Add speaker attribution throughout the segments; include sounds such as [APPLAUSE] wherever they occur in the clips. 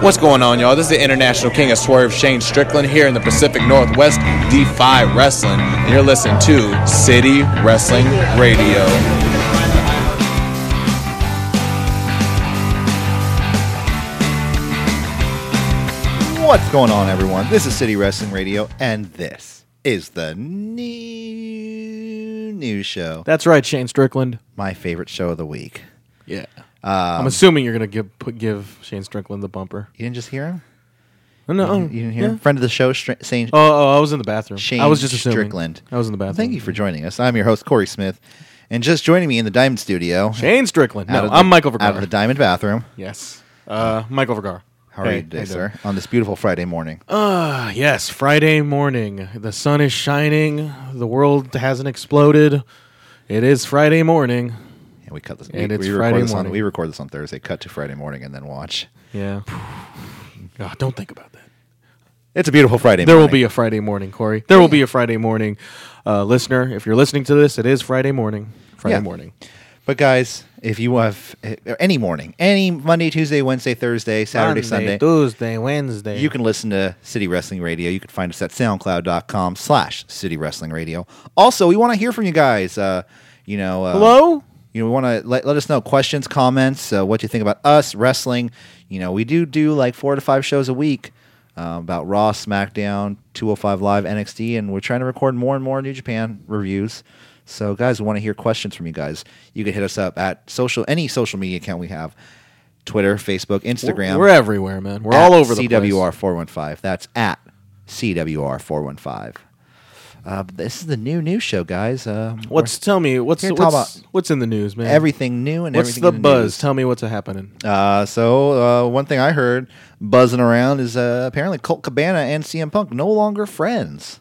Speaker 1: What's going on, y'all? This is the International King of Swerve, Shane Strickland, here in the Pacific Northwest, Defy Wrestling, and you're listening to City Wrestling Radio.
Speaker 2: What's going on, everyone? This is City Wrestling Radio, and this is the new news show,
Speaker 3: That's right, Shane Strickland.
Speaker 2: my favorite show of the week.
Speaker 3: Yeah.
Speaker 2: Um,
Speaker 3: I'm assuming you're gonna give put, give Shane Strickland the bumper.
Speaker 2: You didn't just hear him?
Speaker 3: No, no,
Speaker 2: You didn't hear him?
Speaker 3: yeah.
Speaker 2: Friend of the show, Str- Shane,
Speaker 3: Oh, oh, I was in the bathroom.
Speaker 2: um, Shane
Speaker 3: I was just assuming.
Speaker 2: Strickland.
Speaker 3: I was in the bathroom.
Speaker 2: Thank you for joining us. I'm your host, Corey Smith, and just joining me in the Diamond Studio.
Speaker 3: Shane Strickland.
Speaker 2: out
Speaker 3: No,
Speaker 2: of the-
Speaker 3: I'm Michael
Speaker 2: Out of
Speaker 3: Vergara.
Speaker 2: the Diamond Bathroom.
Speaker 3: yes, uh, Michael Vergara.
Speaker 2: How are
Speaker 3: Hey,
Speaker 2: you today,
Speaker 3: doing?
Speaker 2: sir? On this beautiful Friday morning.
Speaker 3: Ah, yes. Friday morning. The sun is shining. The world hasn't exploded. It is Friday morning.
Speaker 2: and we cut this.
Speaker 3: and
Speaker 2: we,
Speaker 3: it's
Speaker 2: we record
Speaker 3: Friday
Speaker 2: this on,
Speaker 3: morning.
Speaker 2: We record this on Thursday, cut to Friday morning, and then watch.
Speaker 3: Yeah. [SIGHS] Ah, don't think about that.
Speaker 2: It's a beautiful Friday
Speaker 3: There will be a Friday morning, Corey. There will be a Friday morning, uh, listener. If you're listening to this, it is Friday morning. Friday
Speaker 2: Yeah.
Speaker 3: morning.
Speaker 2: But guys, if you have uh, any morning, any Monday, Tuesday, Wednesday, Thursday, Saturday, Sunday,
Speaker 3: Tuesday, Wednesday.
Speaker 2: you can listen to City Wrestling Radio. You can find us at soundcloud.com slash City Wrestling Radio. Also, we want to hear from you guys. Uh, you know, uh,
Speaker 3: hello.
Speaker 2: You know, we want to let, let us know questions, comments, uh, what you think about us wrestling. You know, we do do like four to five shows a week uh, about Raw, SmackDown, 205 Live, NXT, and we're trying to record more and more New Japan reviews. So, guys, we want to hear questions from you guys. You can hit us up at social any social media account we have: Twitter, Facebook, Instagram.
Speaker 3: We're everywhere, man. We're all
Speaker 2: at
Speaker 3: over the
Speaker 2: CWR
Speaker 3: place.
Speaker 2: four one five. That's at CWR four one five. Uh, This is the new news show, guys. Uh,
Speaker 3: What's tell me what's
Speaker 2: Here,
Speaker 3: what's,
Speaker 2: talk
Speaker 3: what's in the news, man?
Speaker 2: everything new and
Speaker 3: What's
Speaker 2: everything
Speaker 3: the
Speaker 2: in
Speaker 3: buzz?
Speaker 2: news.
Speaker 3: Tell me what's happening.
Speaker 2: Uh, so uh, one thing I heard buzzing around is uh, apparently Colt Cabana and CM Punk no longer friends.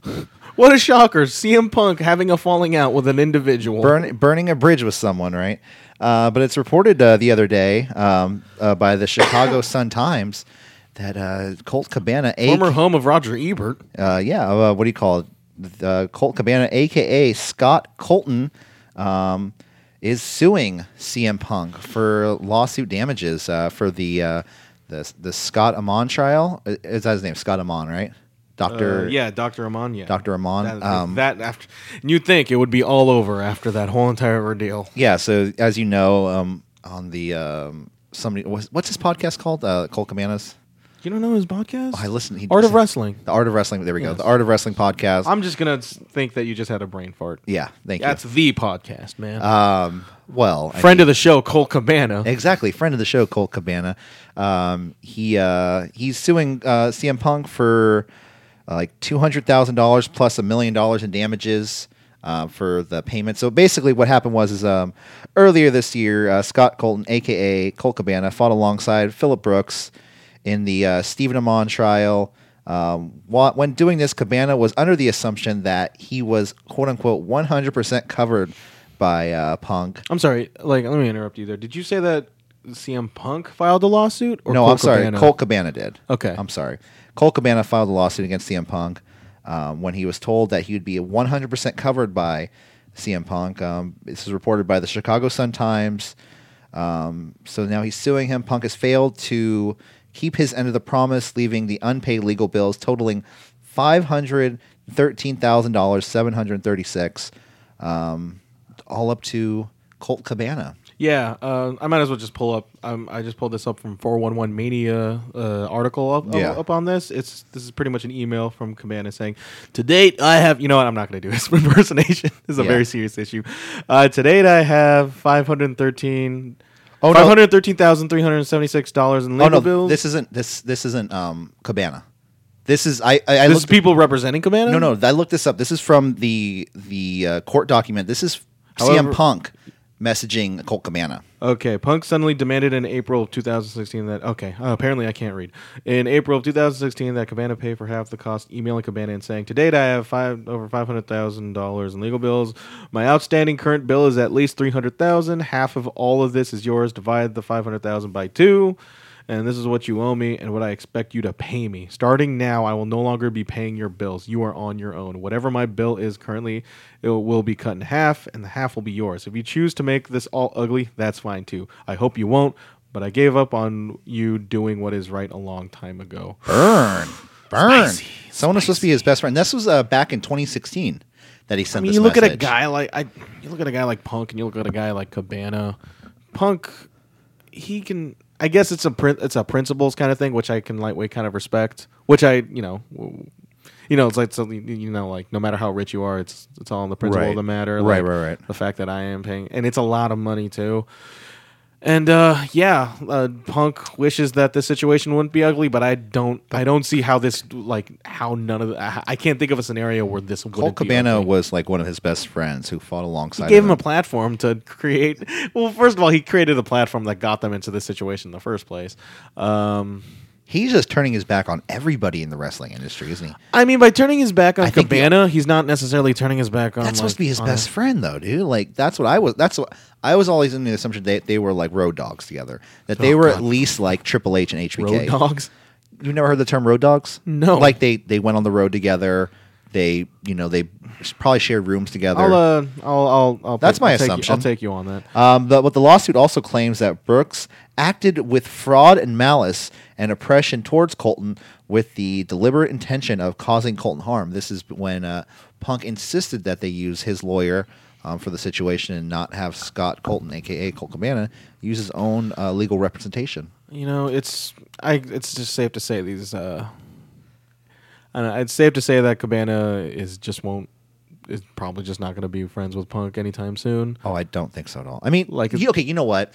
Speaker 3: What a shocker! CM Punk having a falling out with an individual.
Speaker 2: Burn, burning a bridge with someone, right? Uh, but it's reported uh, the other day um, uh, by the Chicago Sun Times that uh, Colt Cabana, a-
Speaker 3: Former home of Roger Ebert.
Speaker 2: uh, yeah, uh, what do you call it? Uh, Colt Cabana, aka Scott Colton, um, is suing CM Punk for lawsuit damages uh, for the uh, the the Scott Amon trial. Is is that his name? Scott Amon, right? Doctor.
Speaker 3: Uh, yeah, Doctor Amon. Yeah,
Speaker 2: Dr. Amon,
Speaker 3: That,
Speaker 2: um,
Speaker 3: that after and you'd think it would be all over after that whole entire ordeal.
Speaker 2: Yeah. So as you know, um, on the um, somebody what's, what's his podcast called? Uh, Colt Cabana's.
Speaker 3: You don't know his podcast?
Speaker 2: Oh, I listen. He,
Speaker 3: Art of Wrestling.
Speaker 2: The Art of Wrestling. There we go. The Art of Wrestling podcast.
Speaker 3: I'm just gonna s- think that you just had a brain fart.
Speaker 2: yeah. Thank
Speaker 3: That's the podcast, man.
Speaker 2: you. Um, well, I
Speaker 3: Friend of the show, Cole Cabana.
Speaker 2: [LAUGHS] Exactly, friend of the show, Colt Cabana. Um, he uh, he's suing uh, CM Punk for uh, like two hundred thousand dollars plus a million dollars in damages uh, for the payment. So basically, what happened was is um, earlier this year, uh, Scott Colton, aka Colt Cabana, fought alongside Philip Brooks in the uh, Stephen Amon trial. Um, while, when doing this, Cabana was under the assumption that he was "quote unquote" 100% covered by uh, Punk,
Speaker 3: I'm sorry, like let me interrupt you there. Did you say that CM Punk filed a lawsuit? Or
Speaker 2: no,
Speaker 3: Cole
Speaker 2: I'm sorry.
Speaker 3: Cabana?
Speaker 2: Colt Cabana did.
Speaker 3: Okay.
Speaker 2: I'm sorry. Colt Cabana filed a lawsuit against CM Punk um, when he was told that he would be 100% covered by CM Punk. Um, this is reported by the Chicago Sun Times. Um, so now he's suing him. Punk has failed to keep his end of the promise, leaving the unpaid legal bills totaling five hundred thirteen thousand dollars seven hundred thirty-six, um, all up to Colt Cabana.
Speaker 3: Yeah, uh, I might as well just pull up. Um, I just pulled this up from 411 Mania uh, article up,
Speaker 2: Yeah.
Speaker 3: up on this. It's this is pretty much an email from Cabana saying, "To date, I have you know what I'm not going to do this [LAUGHS] impersonation. this is a
Speaker 2: Yeah.
Speaker 3: very serious issue. Uh, to date, I have 513."
Speaker 2: Oh, no.
Speaker 3: Five hundred thirteen thousand three hundred seventy-six dollars in legal
Speaker 2: Oh no,
Speaker 3: bills.
Speaker 2: this isn't this this isn't um Cabana. This is I I, I
Speaker 3: This is
Speaker 2: looked,
Speaker 3: people representing Cabana.
Speaker 2: no no I looked this up. This is from the the uh, court document. This is
Speaker 3: However-
Speaker 2: CM Punk messaging Colt Cabana.
Speaker 3: Okay, Punk suddenly demanded in April of 2016 that okay, uh, apparently I can't read. In April of 2016, that Cabana pay for half the cost, emailing Cabana and saying, "To date, I have five over five hundred thousand dollars in legal bills. My outstanding current bill is at least three hundred thousand. Half of all of this is yours. Divide the five hundred thousand by two, and this is what you owe me and what I expect you to pay me. Starting now, I will no longer be paying your bills. You are on your own. Whatever my bill is currently, it will be cut in half, and the half will be yours. If you choose to make this all ugly, that's fine too. I hope you won't, but I gave up on you doing what is right a long time ago.
Speaker 2: Burn, burn. Someone was supposed to be his best friend. This was uh, back in 2016 that he sent.
Speaker 3: I mean,
Speaker 2: this
Speaker 3: you look at a
Speaker 2: message.
Speaker 3: guy like I, you look at a guy like Punk, and you look at a guy like Cabana. Punk, he can. I guess it's a prin- it's a principles kind of thing, which I can lightweight kind of respect. Which I, you know, w- you know, it's like something you know, like no matter how rich you are, it's it's all in the principle
Speaker 2: Right.
Speaker 3: of the matter.
Speaker 2: Right,
Speaker 3: like,
Speaker 2: right, right.
Speaker 3: The fact that I am paying, and it's a lot of money too. And uh, yeah, uh, Punk wishes that the situation wouldn't be ugly, but I don't. I don't see how this like how none of the, I, I can't think of a scenario where this would
Speaker 2: Cole Cabana
Speaker 3: ugly
Speaker 2: was like one of his best friends who fought alongside.
Speaker 3: gave him a platform to create. Well, first of all, he created the platform that got them into this situation in the first place. Um,
Speaker 2: He's just turning his back on everybody in the wrestling industry, isn't he?
Speaker 3: I mean, by turning his back on
Speaker 2: I think the-
Speaker 3: Cabana, he's not necessarily turning his back on.
Speaker 2: That's supposed
Speaker 3: like,
Speaker 2: to
Speaker 3: "Oh,
Speaker 2: be his
Speaker 3: on-
Speaker 2: best friend, though, dude. Like that's what I was. That's what I was always under the assumption that they were like road dogs together. That they
Speaker 3: Oh,
Speaker 2: were
Speaker 3: God.
Speaker 2: at least like Triple H and HBK.
Speaker 3: road dogs.
Speaker 2: You never heard the term road dogs?
Speaker 3: No.
Speaker 2: Like they they went on the road together. They you know they probably shared rooms together.
Speaker 3: I'll, uh, I'll, I'll, I'll.
Speaker 2: That's my
Speaker 3: I'll take you-
Speaker 2: assumption.
Speaker 3: I'll take you on that.
Speaker 2: Um, but what the lawsuit also claims that Brooks acted with fraud and malice and oppression towards Colton with the deliberate intention of causing Colton harm. This is when uh, Punk insisted that they use his lawyer um, for the situation and not have Scott Colton, aka Colt Cabana, use his own uh, legal representation.
Speaker 3: You know, it's I. It's just safe to say these. Uh, I don't know, it's safe to say that Cabana is just won't. Is probably just not going to be friends with Punk anytime soon.
Speaker 2: Oh, I don't think so at all. I mean,
Speaker 3: Like-
Speaker 2: like, okay, you know what?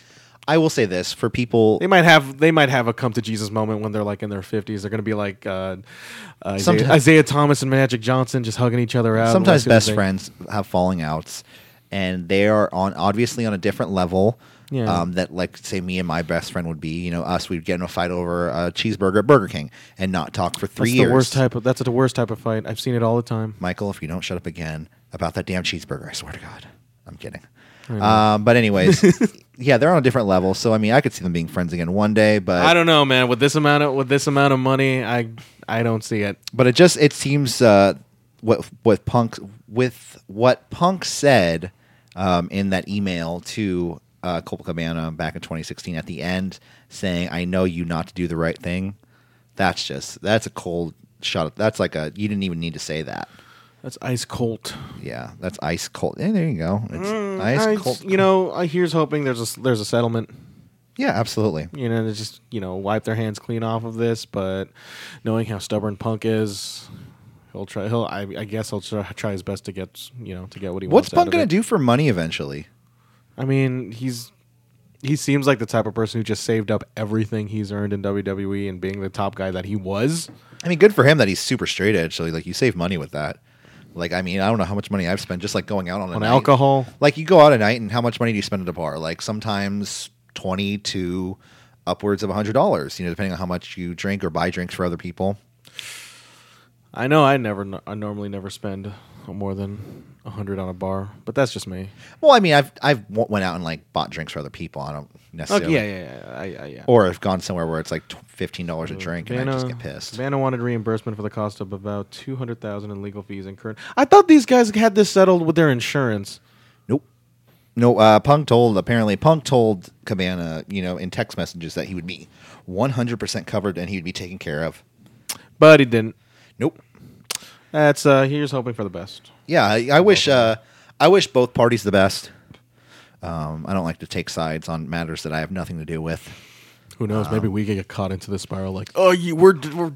Speaker 2: I will say this for people.
Speaker 3: They might have they might have a come to Jesus moment when they're like in their fifties. They're gonna be like uh, uh, Isaiah,
Speaker 2: Sometimes-
Speaker 3: Isaiah Thomas and Magic Johnson just hugging each other out.
Speaker 2: sometimes
Speaker 3: Like,
Speaker 2: best
Speaker 3: they-
Speaker 2: friends have falling outs and they are on obviously on a different level
Speaker 3: Yeah.
Speaker 2: um, that like say me and my best friend would be you know us we'd get in a fight over a cheeseburger at burger king and not talk for three
Speaker 3: That's
Speaker 2: years
Speaker 3: the worst type of that's the worst type of fight. I've seen it all the time.
Speaker 2: michael if you don't shut up again about that damn cheeseburger i swear to god i'm kidding um, but
Speaker 3: [LAUGHS]
Speaker 2: anyways yeah they're on a different level so i mean i could see them being friends again one day but
Speaker 3: I don't know, man. With this amount of with this amount of money, I I don't see it.
Speaker 2: but it just it seems uh, what what punk with what punk said um, in that email to uh, Copacabana back in 2016 at the end saying I know you not to do the right thing. That's just that's a cold shot. That's like a you didn't even need to say that.
Speaker 3: That's ice cold.
Speaker 2: Yeah, that's ice cold. Hey, there you go. It's ice
Speaker 3: Mm, I-
Speaker 2: cold.
Speaker 3: You know, I here's hoping there's a s- there's a settlement.
Speaker 2: yeah, absolutely.
Speaker 3: You know, to just you know wipe their hands clean off of this. But knowing how stubborn Punk is, he'll try. He'll I, I guess he'll try, try his best to get you know to get what he
Speaker 2: What's
Speaker 3: wants. out
Speaker 2: Punk
Speaker 3: of
Speaker 2: gonna
Speaker 3: it.
Speaker 2: do for money eventually?
Speaker 3: I mean, he's he seems like the type of person who just saved up everything he's earned in WWE and being the top guy that he was.
Speaker 2: I mean, good for him that he's super straight edge. So like, you save money with that. Like, I mean, I don't know how much money I've spent just like going out on a
Speaker 3: On
Speaker 2: night.
Speaker 3: alcohol?
Speaker 2: Like, you go out at night, and how much money do you spend at a bar? Like, sometimes twenty to upwards of hundred dollars. You know, depending on how much you drink or buy drinks for other people.
Speaker 3: I know I never I normally never spend more than a hundred on a bar, but that's just me.
Speaker 2: Well, I mean, I've I've w- went out and like bought drinks for other people. I don't necessarily.
Speaker 3: Okay, yeah, yeah, yeah, I, I, yeah.
Speaker 2: Or I've gone somewhere where it's like tw- fifteen dollars a drink, and I
Speaker 3: Uh, Vanna-
Speaker 2: just get pissed.
Speaker 3: Vanna wanted reimbursement for the cost of about two hundred thousand in legal fees incurred. I thought these guys had this settled with their insurance.
Speaker 2: Nope. No, uh, Punk told apparently Punk told Cabana, you know, in text messages that he would be 100% covered and he would be taken care of.
Speaker 3: But he didn't.
Speaker 2: Nope.
Speaker 3: That's uh here's hoping for the best.
Speaker 2: Yeah, I, I wish uh, I wish both parties the best. Um, I don't like to take sides on matters that I have nothing to do with.
Speaker 3: Who knows? maybe
Speaker 2: Um,
Speaker 3: we could get caught into this spiral. Like, oh, you, we're we're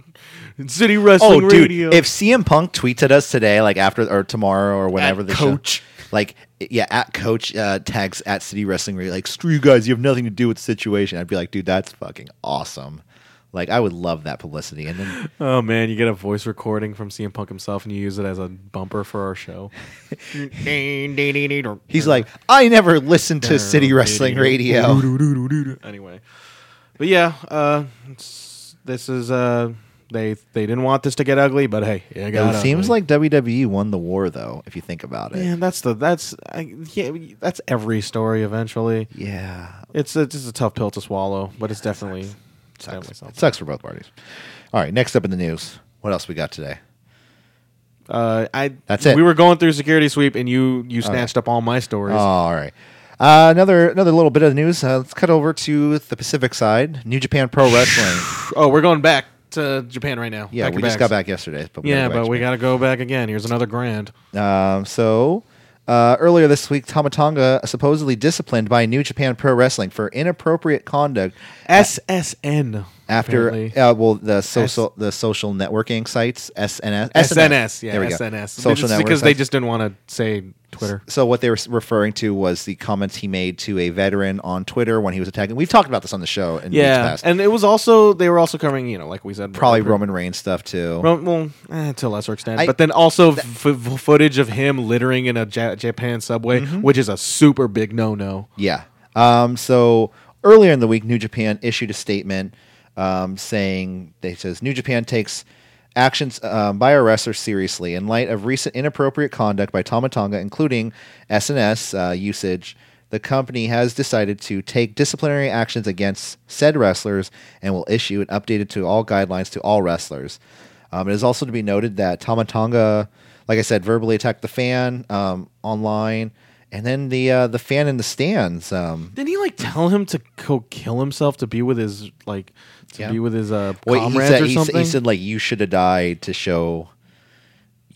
Speaker 3: city wrestling
Speaker 2: Oh, dude!
Speaker 3: radio.
Speaker 2: If CM Punk tweets at us today, like after or tomorrow or whenever
Speaker 3: At
Speaker 2: the show-
Speaker 3: Coach.
Speaker 2: like yeah, at coach uh, tags at City Wrestling Radio, like screw you guys, you have nothing to do with the situation. I'd be like, dude, that's fucking awesome. Like I would love that publicity, and then
Speaker 3: oh man, you get a voice recording from CM Punk himself and you use it as a bumper for our show.
Speaker 2: he's like, I never listened [LAUGHS] to City Wrestling Radio.
Speaker 3: anyway, but yeah, uh, it's- this is uh, they they didn't want this to get ugly, but hey, it, got
Speaker 2: It seems
Speaker 3: ugly.
Speaker 2: like WWE won the war, though. If you think about it,
Speaker 3: Man, that's the that's I, yeah, that's every story. Eventually,
Speaker 2: yeah,
Speaker 3: it's a, just a tough pill to swallow, but it's definitely it's
Speaker 2: Sucks.
Speaker 3: definitely something.
Speaker 2: It sucks for both parties. All right, next up in the news, what else we got today?
Speaker 3: Uh, I
Speaker 2: That's it.
Speaker 3: Uh, We were going through security sweep, and you you snatched up all my stories.
Speaker 2: Oh, all right. Uh, another another little bit of news. Uh, let's cut over to the Pacific side. New Japan Pro Wrestling.
Speaker 3: Oh, we're going back to Japan right now.
Speaker 2: Yeah,
Speaker 3: Back to
Speaker 2: we just
Speaker 3: backs.
Speaker 2: got back yesterday. But
Speaker 3: Yeah,
Speaker 2: gotta go
Speaker 3: but we
Speaker 2: back
Speaker 3: got to go back again. Here's another grand.
Speaker 2: to- Um, so uh, earlier this week, Tomatonga supposedly disciplined by New Japan Pro Wrestling for inappropriate conduct
Speaker 3: SSN.
Speaker 2: Uh, after
Speaker 3: apparently.
Speaker 2: uh, well the social the social networking sites SNS
Speaker 3: SNS. Yeah,
Speaker 2: There we go.
Speaker 3: SNS.
Speaker 2: social
Speaker 3: It's
Speaker 2: network
Speaker 3: Because they
Speaker 2: sites.
Speaker 3: just didn't want to say Twitter.
Speaker 2: So what they were s- referring to was the comments he made to a veteran on Twitter when he was attacking. We've talked about this on the show in weeks
Speaker 3: Yeah,
Speaker 2: past.
Speaker 3: and it was also they were also covering you know like we said
Speaker 2: probably Roman Reigns stuff too.
Speaker 3: Well, well eh, to a lesser extent,
Speaker 2: I-
Speaker 3: but then also f- f- footage of him littering in a ja- Japan subway,
Speaker 2: Mm-hmm.
Speaker 3: which is a super big no no.
Speaker 2: Yeah. Um, so earlier in the week, New Japan issued a statement um, saying they says New Japan takes actions um, by our wrestlers seriously in light of recent inappropriate conduct by Tomatonga, including SNS uh, usage. The company has decided to take disciplinary actions against said wrestlers and will issue an updated to all guidelines to all wrestlers. Um, it is also to be noted that Tomatonga, like I said, verbally attacked the fan um, online, and then the uh, the fan in the stands. Um,
Speaker 3: Didn't he like tell him to go kill himself to be with his like to
Speaker 2: Yeah.
Speaker 3: be with his uh
Speaker 2: wait, he
Speaker 3: comrades
Speaker 2: said,
Speaker 3: or
Speaker 2: he, said-
Speaker 3: something?
Speaker 2: he said like you should have died to show,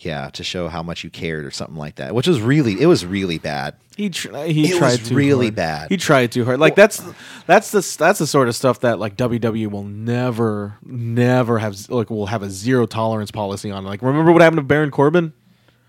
Speaker 2: yeah, to show how much you cared or something like that, which was really it was really bad.
Speaker 3: He tr- uh, he
Speaker 2: It
Speaker 3: tried
Speaker 2: was
Speaker 3: too
Speaker 2: really
Speaker 3: hard.
Speaker 2: bad.
Speaker 3: He tried too hard. Like that's that's the that's the sort of stuff that like WWE will never never have z- like will have a zero tolerance policy on. Like remember what happened to Baron Corbin?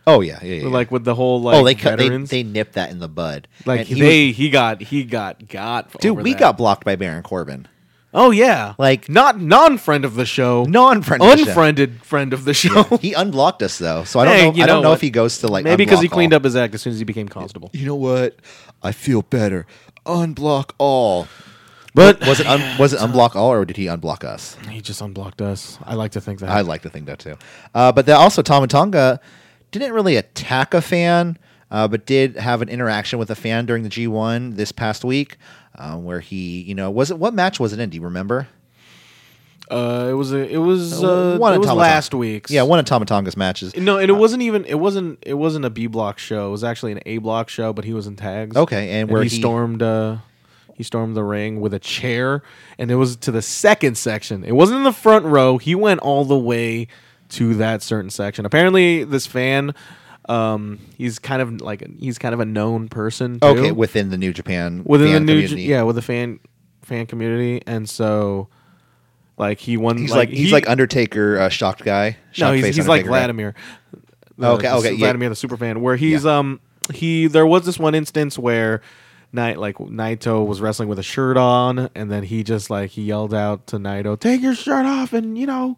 Speaker 2: Oh yeah, yeah, yeah.
Speaker 3: Like with the whole like
Speaker 2: oh they cut they,
Speaker 3: veterans.
Speaker 2: they nipped that in the bud.
Speaker 3: like
Speaker 2: And he
Speaker 3: they
Speaker 2: was-
Speaker 3: he got he got got over
Speaker 2: dude, we
Speaker 3: that.
Speaker 2: got blocked by Baron Corbin.
Speaker 3: oh yeah
Speaker 2: like-
Speaker 3: not non friend of the show
Speaker 2: Non-friend of the show.
Speaker 3: unfriended friend of the show.
Speaker 2: He unblocked us though, so I don't
Speaker 3: Hey,
Speaker 2: know.
Speaker 3: you
Speaker 2: I don't
Speaker 3: know
Speaker 2: know
Speaker 3: what?
Speaker 2: if he goes to like
Speaker 3: Maybe because he
Speaker 2: unblock
Speaker 3: cleaned
Speaker 2: all.
Speaker 3: up his act as soon as he became constable.
Speaker 2: You know what? I feel better. Unblock all.
Speaker 3: But
Speaker 2: was it un- was it unblock all or did he unblock us?
Speaker 3: he just unblocked us. I like to think that.
Speaker 2: I like to think that too. Uh, but then also Tom and Tonga didn't really attack a fan, uh, but did have an interaction with a fan during the G1 this past week, um, where he you know was it what match was it in? Do you remember?
Speaker 3: Uh, it was a, it was uh,
Speaker 2: one
Speaker 3: it
Speaker 2: of
Speaker 3: was
Speaker 2: Tama
Speaker 3: last
Speaker 2: Tonga-
Speaker 3: week's.
Speaker 2: Yeah, one Uh, of Tom and Tonga's matches.
Speaker 3: No, and it wasn't even it wasn't it wasn't a B block show. It was actually an A block show, but he was in tags.
Speaker 2: Okay, and where
Speaker 3: he,
Speaker 2: he-
Speaker 3: stormed uh he stormed the ring with a chair and it was to the second section. It wasn't in the front row. He went all the way to that certain section. Apparently this fan um he's kind of like he's kind of a known person too
Speaker 2: Okay, within the New Japan
Speaker 3: within the
Speaker 2: fan
Speaker 3: new
Speaker 2: community.
Speaker 3: yeah, with the fan fan community and so like he won
Speaker 2: He's like, he's
Speaker 3: he-
Speaker 2: like Undertaker, uh, shocked guy.
Speaker 3: no,
Speaker 2: shocked
Speaker 3: he's,
Speaker 2: face
Speaker 3: he's like
Speaker 2: Undertaker guy.
Speaker 3: Vladimir.
Speaker 2: Okay,
Speaker 3: the-
Speaker 2: okay, yeah.
Speaker 3: Vladimir the Superfan, where he's um he there was this one instance where Night like Naito was wrestling with a shirt on, and then he just like he yelled out to Naito, "Take your shirt off, and you know,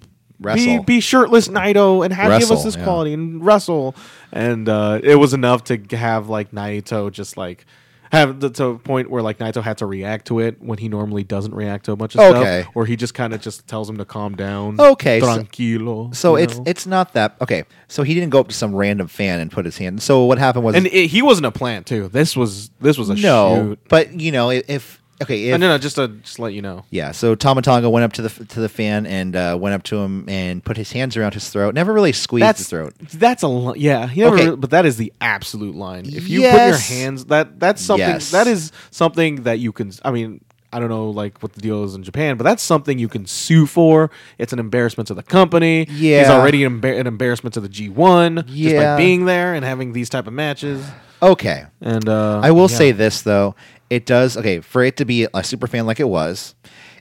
Speaker 3: be,
Speaker 2: Wrestle.
Speaker 3: be shirtless Naito, and have give us
Speaker 2: Wrestle,
Speaker 3: this
Speaker 2: yeah.
Speaker 3: quality and wrestle." And uh, it was enough to have like Naito just like have the, to a point where like Naito had to react to it when he normally doesn't react to a bunch of
Speaker 2: Okay.
Speaker 3: stuff, or he just kind of just tells him to calm down.
Speaker 2: Okay, so-
Speaker 3: tranquilo.
Speaker 2: So
Speaker 3: you
Speaker 2: it's
Speaker 3: know?
Speaker 2: it's not that okay. So he didn't go up to some random fan and put his hand. So what happened was
Speaker 3: and it, he wasn't a plant too. This was this was a
Speaker 2: no,
Speaker 3: shoot.
Speaker 2: but you know i- if okay
Speaker 3: Uh,
Speaker 2: if,
Speaker 3: no, no, just to just let you know.
Speaker 2: yeah. So Tomatonga went up to the f- to the fan and uh, went up to him and put his hands around his throat. Never really squeezed his throat.
Speaker 3: That's a li- yeah. He never,
Speaker 2: Okay.
Speaker 3: but that is the absolute line. If you put your
Speaker 2: Yes.
Speaker 3: hands, that that's something
Speaker 2: Yes.
Speaker 3: that is something that you can. I mean, I don't know like what the deal is in Japan, but that's something you can sue for. It's an embarrassment to the company. he's
Speaker 2: Yeah.
Speaker 3: already an, embar- an embarrassment to the G one just by
Speaker 2: Yeah.
Speaker 3: being there and having these type of matches.
Speaker 2: Okay,
Speaker 3: And uh,
Speaker 2: I will
Speaker 3: yeah.
Speaker 2: say this though, it does okay for it to be a super fan like it was.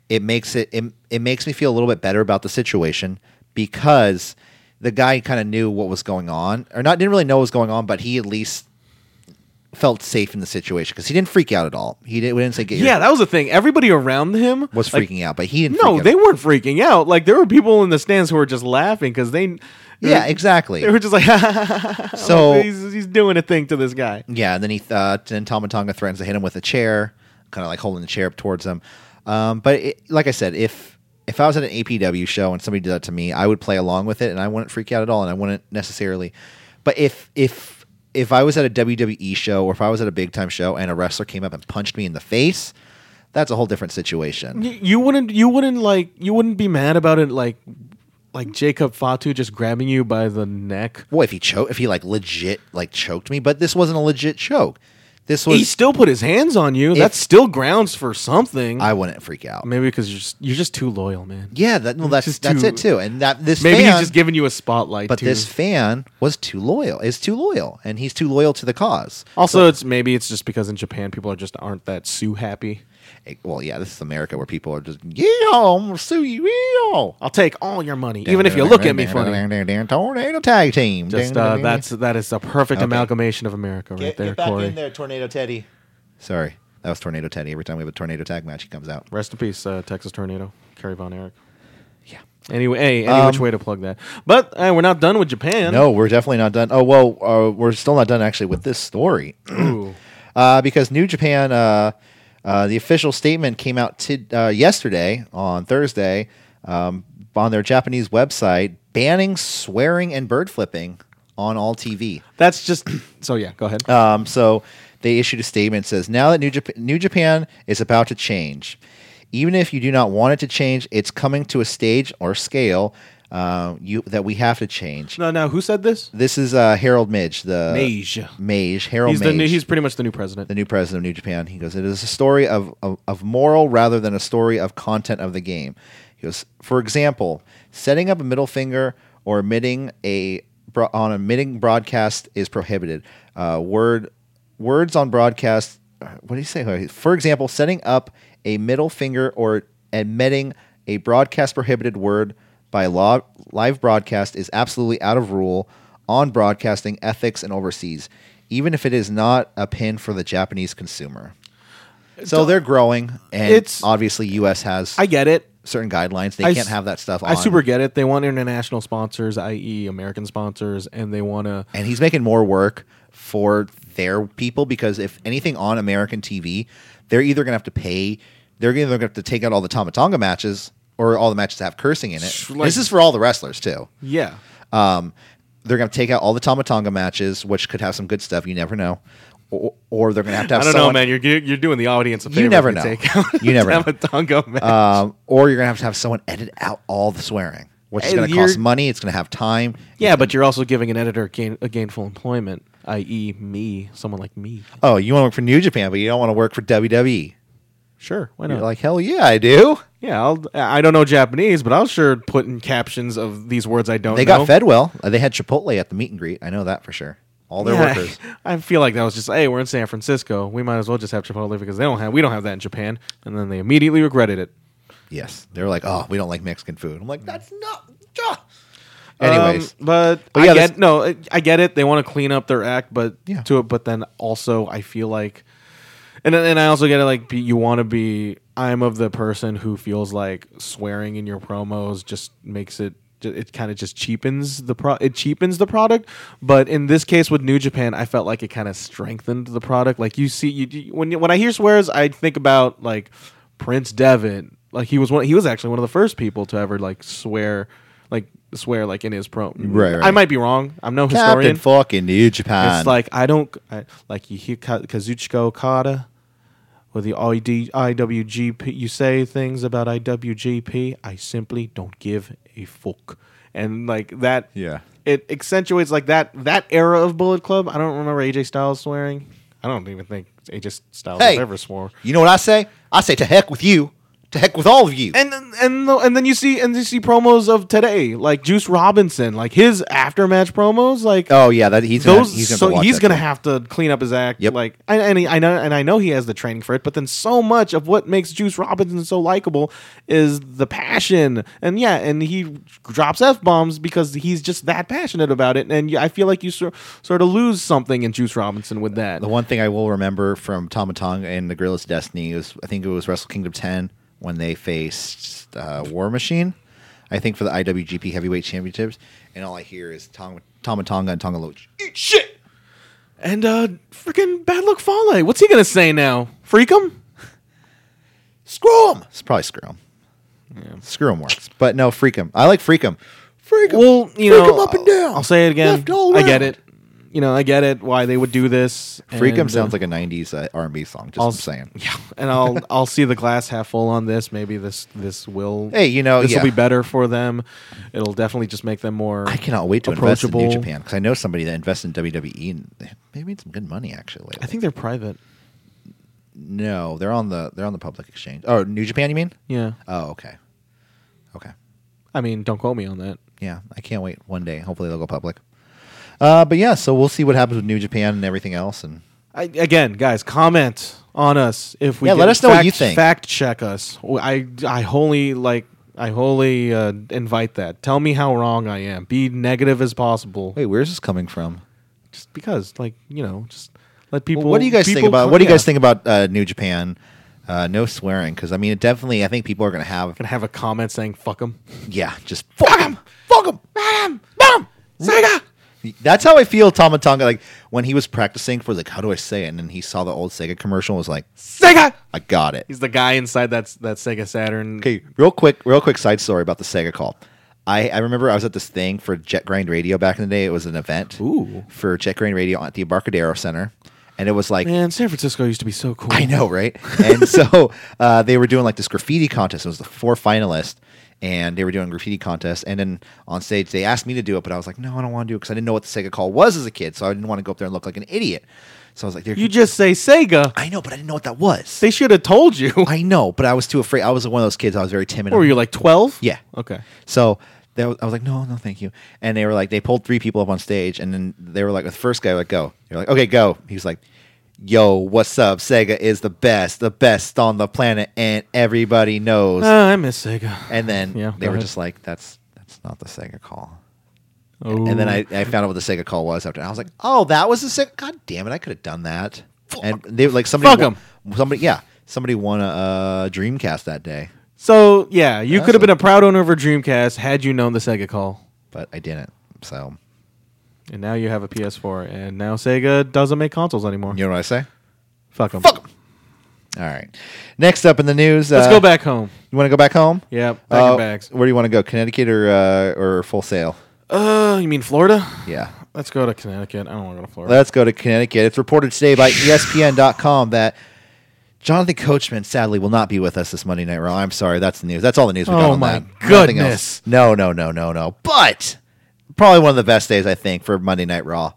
Speaker 2: It makes it, it it makes me feel a little bit better about the situation because the guy kind of knew what was going on, or not didn't really know what was going on, but he at least felt safe in the situation because he didn't freak out at all. He didn't, we didn't say get your-
Speaker 3: yeah, that was the thing. Everybody around him
Speaker 2: was
Speaker 3: like,
Speaker 2: freaking out, but he didn't.
Speaker 3: No,
Speaker 2: freak out
Speaker 3: they weren't freaking out. Like there were people in the stands who were just laughing because they,
Speaker 2: Yeah,
Speaker 3: they-
Speaker 2: exactly.
Speaker 3: [LAUGHS] They were just like,
Speaker 2: So-
Speaker 3: like, [LAUGHS] he's, he's doing a thing to this guy.
Speaker 2: Yeah, and then he th- uh, then Tomatonga threatens to hit him with a chair, kind of like holding the chair up towards him. Um, but it, like I said, if if I was at an APW show and somebody did that to me, I would play along with it and I wouldn't freak out at all, and I wouldn't necessarily. But if if if I was at a WWE show or if I was at a big time show and a wrestler came up and punched me in the face, that's a whole different situation.
Speaker 3: Y- You wouldn't, you wouldn't like, you wouldn't be mad about it, like, like Jacob Fatu just grabbing you by the neck.
Speaker 2: Well, if he choked, if he like legit like choked me, but this wasn't a legit choke. This
Speaker 3: He
Speaker 2: was
Speaker 3: still put his hands on you. That's still grounds for something.
Speaker 2: I wouldn't freak out.
Speaker 3: Maybe because you're just, you're just too loyal, man.
Speaker 2: Yeah, that, well, that's
Speaker 3: just
Speaker 2: that's
Speaker 3: too-
Speaker 2: it too. And that this
Speaker 3: Maybe
Speaker 2: fan,
Speaker 3: he's just giving you a spotlight.
Speaker 2: but
Speaker 3: too.
Speaker 2: this fan was too loyal. Is too loyal, and he's too loyal to the cause.
Speaker 3: also, it's maybe it's just because in Japan people are just aren't that sue happy.
Speaker 2: Eh, Well, yeah, this is America where people are just yeah, I'm gonna sue you. Yeah.
Speaker 3: I'll take all your money, even if you look at me funny.
Speaker 2: Tornado tag team.
Speaker 3: Just uh, that's that is a perfect amalgamation of America right
Speaker 2: Get,
Speaker 3: there,
Speaker 2: get back
Speaker 3: Corey.
Speaker 2: in there, Tornado Teddy. Sorry, that was Tornado Teddy. Every time we have a Tornado Tag match, he comes out.
Speaker 3: Rest in peace, uh, Texas Tornado, Kerry Von Erich.
Speaker 2: Yeah.
Speaker 3: Anyway, hey, any which way to plug that. But uh, we're not done with Japan.
Speaker 2: Um, No, we're definitely not done. Oh well, uh, we're still not done actually with this story, [CLEARS THROAT]
Speaker 3: Ooh.
Speaker 2: uh, because New Japan, uh, uh, the official statement came out t- uh, yesterday on Thursday um, on their Japanese website, banning swearing and bird flipping on all TV.
Speaker 3: That's just [CLEARS THROAT] so yeah, go ahead.
Speaker 2: Um, so they issued a statement that says now that New, Jap- New Japan is about to change, even if you do not want it to change, it's coming to a stage or scale uh, you that we have to change.
Speaker 3: no, no, who said this?
Speaker 2: This is uh, Harold Midge, the
Speaker 3: Mage.
Speaker 2: Mage, Harold
Speaker 3: He's
Speaker 2: Mage
Speaker 3: the new, he's pretty much the new president.
Speaker 2: the new president of New Japan. He goes, It is a story of, of, of moral rather than a story of content of the game. He goes, For example, setting up a middle finger or emitting a bro- on emitting broadcast is prohibited. Uh, word words on broadcast. uh, What do you say? For example, setting up a middle finger or admitting a broadcast prohibited word by law live broadcast is absolutely out of rule on broadcasting ethics and overseas, even if it is not a pin for the Japanese consumer. So they're growing, and
Speaker 3: It's-
Speaker 2: obviously U.S. has
Speaker 3: I get it.
Speaker 2: certain guidelines. They
Speaker 3: I
Speaker 2: can't
Speaker 3: s-
Speaker 2: have that stuff. On.
Speaker 3: I super get it. They want international sponsors, i.e., American sponsors, and they want to.
Speaker 2: and he's making more work for their people because if anything on American TV, they're either going to have to pay, they're either going to have to take out all the Tomatonga matches or all the matches that have cursing in it.
Speaker 3: Sh- like-
Speaker 2: this is for all the wrestlers too.
Speaker 3: Yeah,
Speaker 2: Um, they're going to take out all the Tomatonga matches, which could have some good stuff. You never know. Or, or they're going to have to have
Speaker 3: I don't
Speaker 2: someone,
Speaker 3: know, man. You're you're doing the audience a favor. if
Speaker 2: never know. [LAUGHS]
Speaker 3: Take out
Speaker 2: You
Speaker 3: [LAUGHS]
Speaker 2: never know.
Speaker 3: Tamatonga match.
Speaker 2: Um, or you're going to have to have someone edit out all the swearing, which is
Speaker 3: Hey,
Speaker 2: going to
Speaker 3: you're-
Speaker 2: cost money. It's going to have time.
Speaker 3: yeah, but you're also giving an editor gain, a gainful employment, i.e., me, someone like me.
Speaker 2: Oh, you want to work for New Japan, but you don't want to work for WWE.
Speaker 3: Sure, why
Speaker 2: You're
Speaker 3: not?
Speaker 2: like, hell yeah, I do.
Speaker 3: yeah, I'll, I don't know Japanese, but I'll sure put in captions of these words I don't.
Speaker 2: They
Speaker 3: know.
Speaker 2: got fed well. Uh, They had Chipotle at the meet and greet. I know that for sure. All their
Speaker 3: Yeah,
Speaker 2: workers.
Speaker 3: [LAUGHS] I feel like that was just, hey, we're in San Francisco. We might as well just have Chipotle because they don't have, we don't have that in Japan. And then they immediately regretted it.
Speaker 2: Yes. They're like, oh, we don't like Mexican food. I'm like, that's not. Duh.
Speaker 3: Um,
Speaker 2: Anyways,
Speaker 3: but,
Speaker 2: But
Speaker 3: I
Speaker 2: yeah,
Speaker 3: get
Speaker 2: this-
Speaker 3: no, I- I get it. They want to clean up their act, but
Speaker 2: Yeah.
Speaker 3: to it. But then also, I feel like, and then- and I also get it. Like be- you want to be. I'm of the person who feels like swearing in your promos just makes it. It kind of just cheapens the pro. It cheapens the product, but in this case with New Japan, I felt like it kind of strengthened the product. Like you see, you, you when you, when I hear swears, I think about like Prince Devitt. Like he was one. He was actually one of the first people to ever like swear, like swear like in his pro.
Speaker 2: Right, right.
Speaker 3: I might be wrong. I'm no
Speaker 2: Captain
Speaker 3: historian.
Speaker 2: fucking New Japan.
Speaker 3: It's like I don't I, like you hear Ka- Kazuchika Okada with the ID, IWGP. You say things about IWGP. I simply don't give a fuck. And like that,
Speaker 2: Yeah.
Speaker 3: it accentuates like that that era of Bullet Club. I don't remember AJ Styles swearing. I don't even think AJ Styles
Speaker 2: Hey.
Speaker 3: ever swore.
Speaker 2: you know what I say? I say, to heck with you. To heck with all of you.
Speaker 3: And and the- and then you see and you see promos of today, like Juice Robinson, like his after match promos, like
Speaker 2: oh, yeah. That, he's going
Speaker 3: those
Speaker 2: to he's gonna
Speaker 3: so
Speaker 2: watch
Speaker 3: he's
Speaker 2: that
Speaker 3: gonna
Speaker 2: thing.
Speaker 3: have to clean up his act.
Speaker 2: Yep.
Speaker 3: Like I, and he, I know and I know he has the training for it, but then so much of what makes Juice Robinson so likable is the passion. And yeah, and he drops f bombs because he's just that passionate about it. And I feel like you sor- sort of lose something in Juice Robinson with that.
Speaker 2: The one thing I will remember from Tomatonga and the Gorilla's Destiny is I think it was Wrestle Kingdom 10 when they faced uh, War Machine, I think for the IWGP Heavyweight Championships. And all I hear is Tom, Tomatonga and Tonga Loach.
Speaker 3: And uh, freaking Bad Luck Fale, what's he gonna say now? Freak him?
Speaker 2: Screw him! It's probably screw him. Screw him works. But no, freak him. I like freak him. Freak him.
Speaker 3: Well, you
Speaker 2: Freak
Speaker 3: know,
Speaker 2: him up and down.
Speaker 3: I'll say it again.
Speaker 2: Left all
Speaker 3: I get
Speaker 2: round.
Speaker 3: it. you know, I get it why they would do this.
Speaker 2: Freakum
Speaker 3: and, uh,
Speaker 2: sounds like a '90s uh, R&B song. Just
Speaker 3: I'll-
Speaker 2: saying.
Speaker 3: Yeah, and
Speaker 2: [LAUGHS]
Speaker 3: I'll I'll see the glass half full on this. Maybe this this will.
Speaker 2: Hey, you know,
Speaker 3: this
Speaker 2: yeah.
Speaker 3: will be better for them. It'll definitely just make them more.
Speaker 2: I cannot wait to invest in New
Speaker 3: approachable.
Speaker 2: Japan because I know somebody that invests in WWE and they- they made some good money actually. Lately.
Speaker 3: I think they're private.
Speaker 2: no, they're on the they're on the public exchange. Oh, New Japan, you mean?
Speaker 3: Yeah,
Speaker 2: Oh, okay, okay.
Speaker 3: I mean, don't quote me on that.
Speaker 2: Yeah, I can't wait. One day, hopefully they'll go public. Uh, but yeah, so we'll see what happens with New Japan and everything else. And
Speaker 3: I, again, guys, comment on us if we
Speaker 2: Yeah, let
Speaker 3: get-
Speaker 2: us know what
Speaker 3: fact-
Speaker 2: you think.
Speaker 3: Fact check us. I I wholly like I wholly uh, invite that. Tell me how wrong I am. Be negative as possible.
Speaker 2: wait, where's this coming from?
Speaker 3: Just because, like you know, just let people.
Speaker 2: what do you guys think
Speaker 3: people
Speaker 2: about
Speaker 3: co-
Speaker 2: what do you
Speaker 3: yeah.
Speaker 2: guys think about uh, New Japan? Uh, no swearing, because I mean, it definitely. I think people are gonna have
Speaker 3: Gonna have a comment saying "fuck them."
Speaker 2: yeah, just fuck him, fuck him, madam, madam, Sega. That's how I feel, Tomatonga. Like when he was practicing for like, how do I say it? And then he saw the old Sega commercial, and was like,
Speaker 3: Sega.
Speaker 2: I got it.
Speaker 3: He's the guy inside that that Sega Saturn.
Speaker 2: Okay, real quick, real quick side story about the Sega call. I, I remember I was at this thing for Jet Grind Radio back in the day. It was an event
Speaker 3: Ooh.
Speaker 2: for Jet Grind Radio at the Embarcadero Center, and it was like
Speaker 3: Man, San Francisco used to be so cool.
Speaker 2: [LAUGHS] I know, right? and so uh, they were doing like this graffiti contest. It was the four finalists, and they were doing graffiti contest. And then on stage, they asked me to do it, but I was like, no, I don't want to do it because I didn't know what the Sega call was as a kid, so I didn't want to go up there and look like an idiot. So I was like, They're,
Speaker 3: You just say Sega.
Speaker 2: I know, but I didn't know what that was.
Speaker 3: They should have told you.
Speaker 2: [LAUGHS] I know, but I was too afraid. I was one of those kids. I was very timid.
Speaker 3: Or were you like twelve?
Speaker 2: Yeah.
Speaker 3: Okay.
Speaker 2: So that was, I was like, no, no, thank you. And they were like, they pulled three people up on stage, and then they were like, the first guy like, go. They're like, okay, go. He was like, yo, what's up? Sega is the best, the best on the planet, and everybody knows.
Speaker 3: Uh, I miss Sega.
Speaker 2: and then
Speaker 3: yeah,
Speaker 2: they
Speaker 3: go
Speaker 2: were
Speaker 3: ahead.
Speaker 2: just like, that's that's not the Sega call.
Speaker 3: Oh.
Speaker 2: And then I, I found out what the Sega call was after. I was like, oh, that was the Sega. God damn it, I could have done that. And they like somebody,
Speaker 3: Fuck 'em.
Speaker 2: won, somebody, yeah, somebody won a uh, Dreamcast that day,
Speaker 3: So yeah, you
Speaker 2: That's
Speaker 3: could have been
Speaker 2: a-
Speaker 3: a proud owner of a Dreamcast had you known the Sega call.
Speaker 2: but I didn't. So
Speaker 3: And now you have a PS4, and now Sega doesn't make consoles anymore.
Speaker 2: you know what I say?
Speaker 3: Fuck them.
Speaker 2: Fuck 'em. All right. Next up in the news,
Speaker 3: Let's
Speaker 2: uh,
Speaker 3: go back home.
Speaker 2: You want to go back home?
Speaker 3: Yeah, pack your
Speaker 2: Uh,
Speaker 3: bags.
Speaker 2: Where do you want to go? Connecticut or uh, or Full Sail?
Speaker 3: Uh, you mean Florida?
Speaker 2: Yeah.
Speaker 3: Let's go to Connecticut. I don't want to go to Florida.
Speaker 2: Let's go to Connecticut. It's reported today by E ESPN.com that Jonathan Coachman sadly will not be with us this Monday night. Raw. I'm sorry. That's the news. That's all the news we got
Speaker 3: Oh,
Speaker 2: on
Speaker 3: my
Speaker 2: that. Nothing
Speaker 3: goodness.
Speaker 2: else. No, no, no, no, no. But probably one of the best days I think for Monday Night Raw.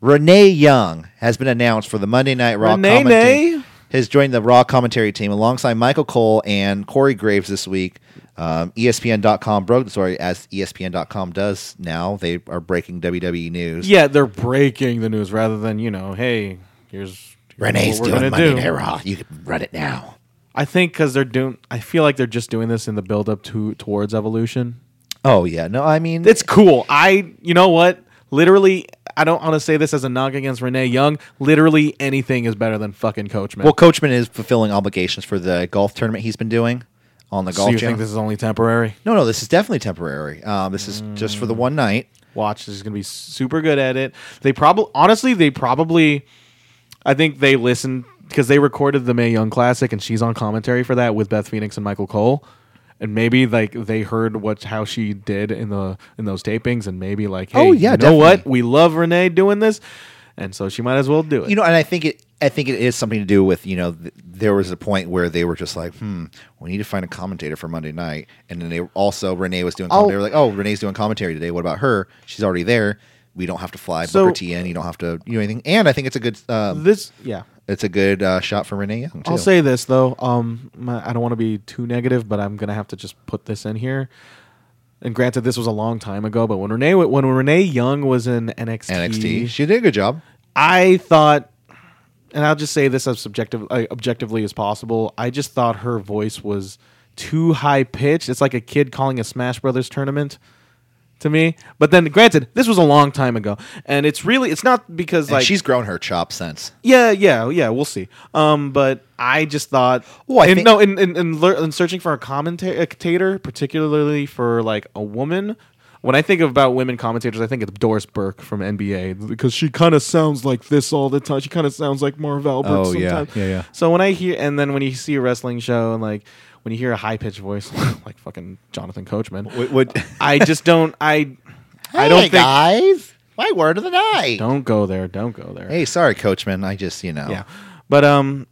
Speaker 2: Renee Young has been announced for the Monday Night Raw.
Speaker 3: Renee Nay?
Speaker 2: commenta- has joined the Raw commentary team alongside Michael Cole and Corey Graves this week. Um, ESPN.com broke sorry as E ESPN.com does now. They are breaking WWE news.
Speaker 3: yeah, they're breaking the news rather than you know, hey, here's, here's
Speaker 2: Renee's
Speaker 3: what we're
Speaker 2: doing
Speaker 3: gonna
Speaker 2: Monday
Speaker 3: do.
Speaker 2: Night Raw. You can run it now.
Speaker 3: I think because they're doing. I feel like they're just doing this in the build up to towards evolution.
Speaker 2: Oh yeah, no, I mean
Speaker 3: It's cool. I, you know what? Literally, I don't want to say this as a knock against Renee Young. Literally, anything is better than fucking Coachman.
Speaker 2: well, Coachman is fulfilling obligations for the golf tournament he's been doing on the
Speaker 3: so
Speaker 2: golf
Speaker 3: you
Speaker 2: channel.
Speaker 3: think this is only temporary?
Speaker 2: no, no, this is definitely temporary. Um, this is just for the one night.
Speaker 3: Watch, this is going to be super good at it. They probably, honestly, they probably, I think they listened because they recorded the May Young Classic and she's on commentary for that with Beth Phoenix and Michael Cole. And maybe like they heard what how she did in the in those tapings, and maybe like, hey,
Speaker 2: Oh, yeah,
Speaker 3: you know what?
Speaker 2: definitely.
Speaker 3: We love Renee doing this, and so she might as well do it.
Speaker 2: You know, and I think it. I think it is something to do with you know th- there was a point where they were just like, hmm, we need to find a commentator for Monday night, and then they were- also Renee was doing. Commentary. They were like, oh, Renee's doing commentary today. What about her? She's already there. We don't have to fly
Speaker 3: So-
Speaker 2: Booker T in. You don't have to you know anything. And I think it's a good um,
Speaker 3: this, yeah,
Speaker 2: it's a good uh, shot for Renee Young. Too.
Speaker 3: I'll say this though. Um, my, I don't want to be too negative, but I'm gonna have to just put this in here. And granted, this was a long time ago, but when Renee when Renee Young was in NXT,
Speaker 2: NXT. She did a good job.
Speaker 3: I thought, and I'll just say this as subjective, uh, objectively as possible. I just thought her voice was too high pitched. It's like a kid calling a Smash Brothers tournament to me. But then, granted, this was a long time ago, and it's really it's not because
Speaker 2: And
Speaker 3: like
Speaker 2: she's grown her chops since.
Speaker 3: yeah, yeah, yeah. We'll see. Um, but I just thought.
Speaker 2: Well, I
Speaker 3: and
Speaker 2: think-
Speaker 3: no, in in, in, lear- in searching for a commentator, particularly for like a woman. When I think about women commentators, I think it's Doris Burke from NBA because she kind of sounds like this all the time. She kind of sounds like Marv Albert
Speaker 2: Oh, yeah.
Speaker 3: sometimes.
Speaker 2: Yeah, yeah.
Speaker 3: So when I hear, and then when you see a wrestling show, and like when you hear a high pitched voice [LAUGHS] like fucking Jonathan Coachman,
Speaker 2: Would, would
Speaker 3: I just don't. I I don't think
Speaker 2: guys. My word of the night.
Speaker 3: Don't go there. Don't go there.
Speaker 2: Hey, sorry, Coachman. I just, you know.
Speaker 3: Yeah. But um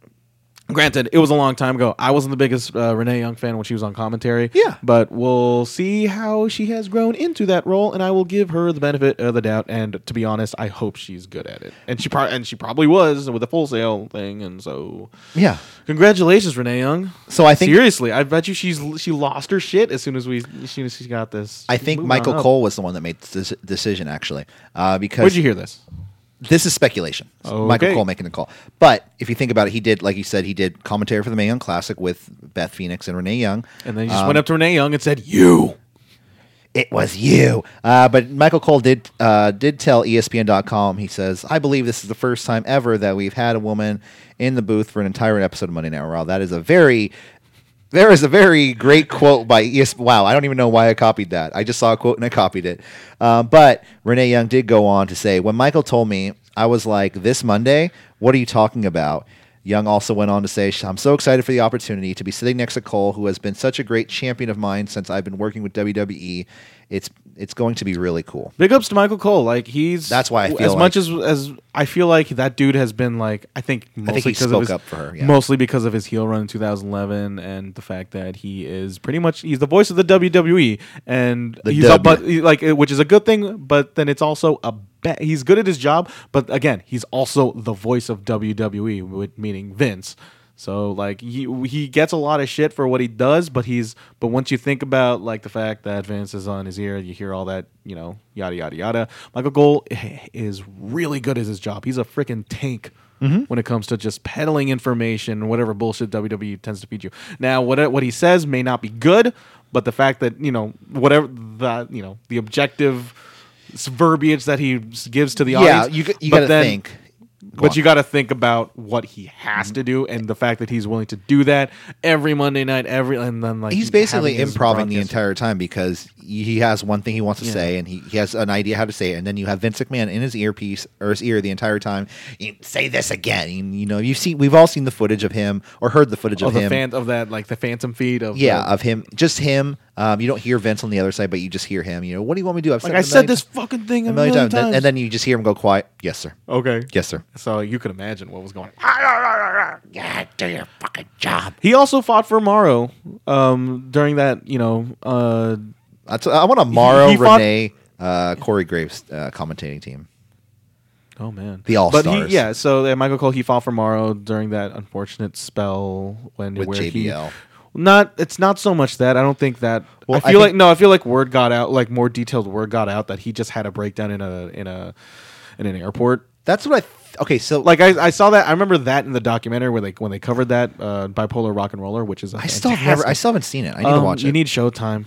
Speaker 3: granted, it was a long time ago. I wasn't the biggest uh, Renee Young fan when she was on commentary.
Speaker 2: Yeah.
Speaker 3: But we'll see how she has grown into that role and I will give her the benefit of the doubt and to be honest, I hope she's good at it. And she pro- and she probably was with the full sale thing and so
Speaker 2: Yeah.
Speaker 3: Congratulations, Renee Young.
Speaker 2: So I think-
Speaker 3: seriously, I bet you she's she lost her shit as soon as we as soon as she got this.
Speaker 2: I
Speaker 3: She's
Speaker 2: think
Speaker 3: moving
Speaker 2: Michael
Speaker 3: on up.
Speaker 2: Cole was the one that made this decision, actually, uh, because
Speaker 3: Where'd you hear this?
Speaker 2: this is speculation. It's Michael
Speaker 3: Okay.
Speaker 2: Cole making the call. But if you think about it, he did, like you said, he did commentary for the Mae Young Classic with Beth Phoenix and Renee Young.
Speaker 3: And then he just
Speaker 2: Um,
Speaker 3: went up to Renee Young and said, "You."
Speaker 2: it was you. Uh, but Michael Cole did uh, did tell ESPN.com. He says, "I believe this is the first time ever that we've had a woman in the booth for an entire episode of Monday Night Raw. That is a very there is a very great quote by E ES. Wow, I don't even know why I copied that. I just saw a quote and I copied it. Uh, but Renee Young did go on to say, when Michael told me, I was like, this Monday, what are you talking about? Young also went on to say, I'm so excited for the opportunity to be sitting next to Cole, who has been such a great champion of mine since I've been working with WWE. It's it's going to be really cool.
Speaker 3: Big ups to Michael Cole. Like he's
Speaker 2: That's why I feel
Speaker 3: as much as as I feel like that dude has been like I think mostly
Speaker 2: he
Speaker 3: because
Speaker 2: spoke
Speaker 3: of his,
Speaker 2: up for her, yeah.
Speaker 3: mostly because of his heel run in 2011 and the fact that he is pretty much he's the voice of the WWE and
Speaker 2: The
Speaker 3: he's
Speaker 2: dub.
Speaker 3: up, but he- like it- which is a good thing, but then it's also a ba- he's good at his job, but again he's also the voice of WWE, with, meaning Vince. So like he he gets a lot of shit for what he does, but he's but once you think about like the fact that Vince is on his ear, you hear all that you know yada yada yada. Michael Cole [LAUGHS] is really good at his job. He's a freaking tank when it comes to just peddling information, whatever bullshit WWE tends to feed you. Now what what he says may not be good, but the fact that you know whatever that you know the objective s- verbiage that he s- gives to the
Speaker 2: yeah,
Speaker 3: audience,
Speaker 2: you g- you
Speaker 3: but
Speaker 2: got to
Speaker 3: then-
Speaker 2: think.
Speaker 3: but you got to think about what he has to do and the fact that he's willing to do that every Monday night, every and then like
Speaker 2: He's basically
Speaker 3: having his
Speaker 2: improving the
Speaker 3: broadcast.
Speaker 2: entire time because he has one thing he wants to say and he, he has an idea how to say it. And then you have Vince McMahon in his earpiece or his ear the entire time. "You Say this again. And, you know, you've seen, we've all seen the footage of him or heard the footage
Speaker 3: of
Speaker 2: of
Speaker 3: Oh, the
Speaker 2: him.
Speaker 3: fan of that like the phantom feed of
Speaker 2: yeah, uh,
Speaker 3: the-
Speaker 2: of him, just him. Um, you don't hear Vince on the other side, but you just hear him. You know, what do you want me to do? I've
Speaker 3: like
Speaker 2: it
Speaker 3: I
Speaker 2: a
Speaker 3: said
Speaker 2: million
Speaker 3: this
Speaker 2: ti-
Speaker 3: fucking thing
Speaker 2: a million times, And-
Speaker 3: times.
Speaker 2: and then you just hear him go quiet. Yes, sir.
Speaker 3: okay,
Speaker 2: Yes,
Speaker 3: [LAUGHS]
Speaker 2: sir.
Speaker 3: so you could imagine what was going. on.
Speaker 2: Yeah, do your fucking job.
Speaker 3: He also fought for Morrow um, during that you know uh,
Speaker 2: That's, I want a Morrow,
Speaker 3: he fought-
Speaker 2: Renee, uh, Corey Graves uh, commentating team.
Speaker 3: Oh man,
Speaker 2: The All
Speaker 3: But he-
Speaker 2: Stars.
Speaker 3: yeah, so uh, Michael Cole he fought for Morrow during that unfortunate spell when
Speaker 2: With
Speaker 3: where
Speaker 2: JBL.
Speaker 3: He, not it's not so much that I don't think that.
Speaker 2: Well,
Speaker 3: I
Speaker 2: I
Speaker 3: feel like
Speaker 2: think-
Speaker 3: no, I feel like word got out, like more detailed word got out that he just had a breakdown in a in a in an airport.
Speaker 2: That's what I. Th- okay, so
Speaker 3: Like I, I saw that I remember that in the documentary where they when they covered that uh, bipolar rock and roller, which is I
Speaker 2: I still have never, I still haven't seen it. I need to watch
Speaker 3: Um, you
Speaker 2: it. Uh,
Speaker 3: need Showtime.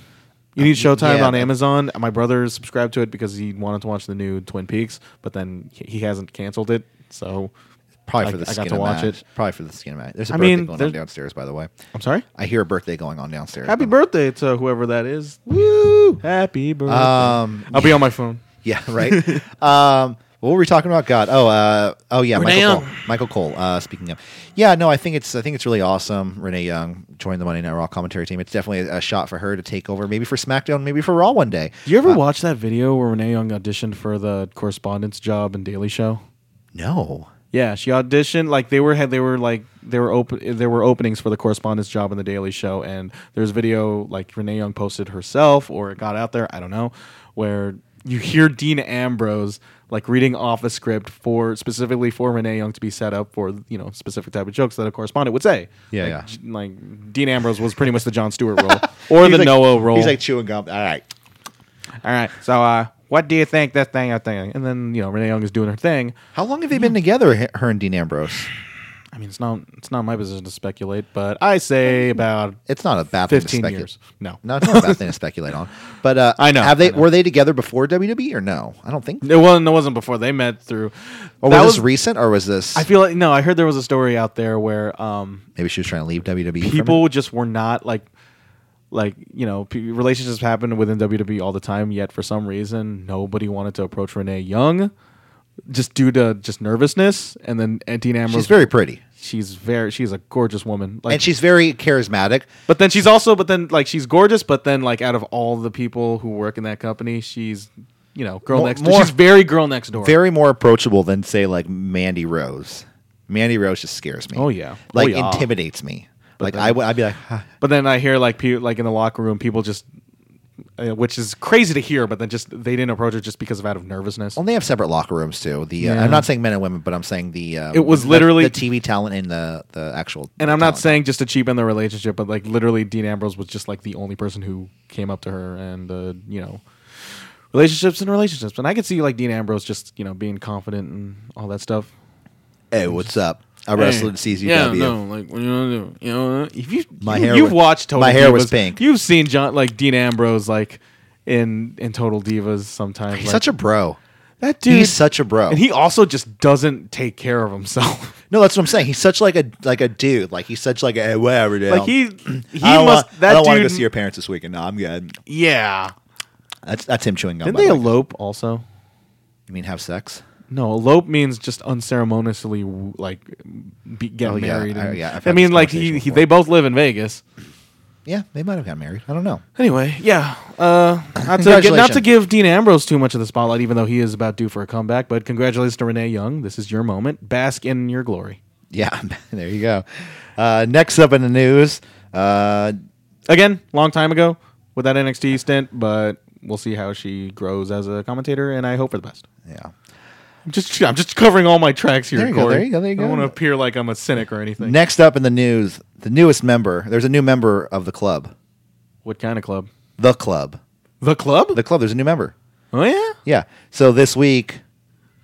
Speaker 3: You need Showtime
Speaker 2: yeah,
Speaker 3: on
Speaker 2: but-
Speaker 3: Amazon. My brother subscribed to it because he wanted to watch the new Twin Peaks, but then he- he hasn't canceled it. So
Speaker 2: probably
Speaker 3: I-
Speaker 2: for the
Speaker 3: I
Speaker 2: skin
Speaker 3: got
Speaker 2: of
Speaker 3: to watch
Speaker 2: Matt.
Speaker 3: it.
Speaker 2: Probably for the skin of Matt. There's a
Speaker 3: I
Speaker 2: birthday
Speaker 3: mean,
Speaker 2: going
Speaker 3: there-
Speaker 2: on downstairs, by the way.
Speaker 3: I'm sorry.
Speaker 2: I hear a birthday going on downstairs.
Speaker 3: Happy
Speaker 2: Um,
Speaker 3: birthday to whoever that is. Woo! Happy birthday.
Speaker 2: Um,
Speaker 3: I'll be on my phone. [LAUGHS]
Speaker 2: Yeah, right. um, what were we talking about? God. Oh, uh, oh yeah,
Speaker 3: Renee
Speaker 2: Michael
Speaker 3: Young.
Speaker 2: Cole. Michael Cole. Uh, speaking of, yeah, no, I think it's I think it's really awesome. Renee Young joined the Monday Night Raw commentary team. It's definitely a, a shot for her to take over, maybe for SmackDown, maybe for Raw one day.
Speaker 3: Do you ever watch that video where Renee Young auditioned for the correspondence job in Daily Show?
Speaker 2: No,
Speaker 3: Yeah, she auditioned like they were had they were like they were open there were openings for the correspondence job in the Daily Show and there's video like Renee Young posted herself or it got out there, I don't know, where you hear Dean Ambrose like reading off a script for specifically for Renee Young to be set up for, you know, specific type of jokes that a correspondent would say.
Speaker 2: Yeah,
Speaker 3: like,
Speaker 2: yeah.
Speaker 3: j- Like Dean Ambrose was pretty much the John Stewart role or
Speaker 2: [LAUGHS]
Speaker 3: the
Speaker 2: He's like-
Speaker 3: Noah role.
Speaker 2: He's like chewing gum. All right.
Speaker 3: All right. So uh what do you think this thing that thing? And then, you know, Renee Young is doing her thing.
Speaker 2: How long have they been together, he- her and Dean Ambrose?
Speaker 3: I mean, it's not it's not my position to speculate, but I say about
Speaker 2: It's not a bad thing to
Speaker 3: fifteen
Speaker 2: speculate.
Speaker 3: years. No,
Speaker 2: No, it's not a bad thing to speculate on. [LAUGHS] But uh,
Speaker 3: I know,
Speaker 2: Have they
Speaker 3: I know.
Speaker 2: were they together before WWE or no? I don't think.
Speaker 3: it wasn't. It wasn't before they met through.
Speaker 2: Or
Speaker 3: that
Speaker 2: was
Speaker 3: was.
Speaker 2: this recent or was this?
Speaker 3: I feel like no. I heard there was a story out there where um,
Speaker 2: maybe she was trying to leave WWE. from it?
Speaker 3: people just were not like, like you know, p- relationships happen within WWE all the time. Yet for some reason, nobody wanted to approach Renee Young, just due to just nervousness. And then and Dean Ambrose.
Speaker 2: She's very pretty
Speaker 3: She's very. She's a gorgeous woman. Like
Speaker 2: and she's very charismatic.
Speaker 3: But then she's also, but then like she's gorgeous, but then like out of all the people who work in that company, she's you know, girl
Speaker 2: More-
Speaker 3: next door.
Speaker 2: more-
Speaker 3: She's very girl next door.
Speaker 2: Very more approachable than say like Mandy Rose. Mandy Rose just scares me.
Speaker 3: Oh, yeah.
Speaker 2: like
Speaker 3: Oh, yeah.
Speaker 2: intimidates me. Like I would, I'd be like, huh.
Speaker 3: But then I hear like pe- like in the locker room, people just, uh, which is crazy to hear. But then just they didn't approach it just because of out of nervousness.
Speaker 2: well, they have separate locker rooms too. The uh,
Speaker 3: Yeah.
Speaker 2: I'm not saying men and women, but I'm saying the um,
Speaker 3: It was
Speaker 2: the-
Speaker 3: literally-
Speaker 2: the, TV talent and the the actual.
Speaker 3: And I'm not
Speaker 2: talent.
Speaker 3: saying just to cheapen the relationship, but like literally, Dean Ambrose was just like the only person who came up to her, and uh, you know, relationships and relationships. And I could see like Dean Ambrose just you know being confident and all that stuff.
Speaker 2: Hey, what's up? I wrestled in CZW.
Speaker 3: Yeah, no, like what do you want to do? You know, if you
Speaker 2: My
Speaker 3: you,
Speaker 2: hair
Speaker 3: you've
Speaker 2: was-
Speaker 3: watched Total
Speaker 2: my hair
Speaker 3: Divas,
Speaker 2: was pink.
Speaker 3: You've seen John like Dean Ambrose like in in Total Divas sometimes.
Speaker 2: He's
Speaker 3: like,
Speaker 2: such a bro.
Speaker 3: that dude.
Speaker 2: he's such a bro.
Speaker 3: and he also just doesn't take care of himself. [LAUGHS]
Speaker 2: No, that's what I'm saying. He's such like a like a dude. Like he's such like a hey, whatever. dude.
Speaker 3: like he he
Speaker 2: I don't
Speaker 3: must
Speaker 2: wanna,
Speaker 3: that
Speaker 2: I don't
Speaker 3: dude.
Speaker 2: want to go see your parents this weekend. No, I'm good.
Speaker 3: yeah.
Speaker 2: That's that's him chewing gum.
Speaker 3: Didn't
Speaker 2: by
Speaker 3: they
Speaker 2: the way.
Speaker 3: elope also?
Speaker 2: You mean have sex?
Speaker 3: No, elope means just unceremoniously w- like be, get
Speaker 2: Oh, yeah.
Speaker 3: married.
Speaker 2: I-
Speaker 3: and-
Speaker 2: yeah, I've
Speaker 3: I
Speaker 2: had
Speaker 3: mean
Speaker 2: this
Speaker 3: like he,
Speaker 2: conversation
Speaker 3: he
Speaker 2: before.
Speaker 3: they both live in Vegas.
Speaker 2: Yeah, they might have got married. I don't know. [LAUGHS]
Speaker 3: Anyway, yeah. Uh, not, to gi- not to
Speaker 2: Congratulations.
Speaker 3: give Dean Ambrose too much of the spotlight, even though he is about due for a comeback. But congratulations to Renee Young. This is your moment. Bask in your glory.
Speaker 2: Yeah, [LAUGHS] there you go. Uh, next up in the news, uh,
Speaker 3: Again, long time ago with that NXT stint, but we'll see how she grows as a commentator, and I hope for the best.
Speaker 2: yeah.
Speaker 3: I'm just I'm just covering all my tracks here.
Speaker 2: There you go,
Speaker 3: Corey.
Speaker 2: there you go, there you
Speaker 3: I don't
Speaker 2: go.
Speaker 3: want to appear like I'm a cynic or anything.
Speaker 2: Next up in the news, the newest member. There's a new member of the club.
Speaker 3: what kind of club?
Speaker 2: The club.
Speaker 3: The club?
Speaker 2: The club. There's a new member.
Speaker 3: oh yeah.
Speaker 2: Yeah. So this week,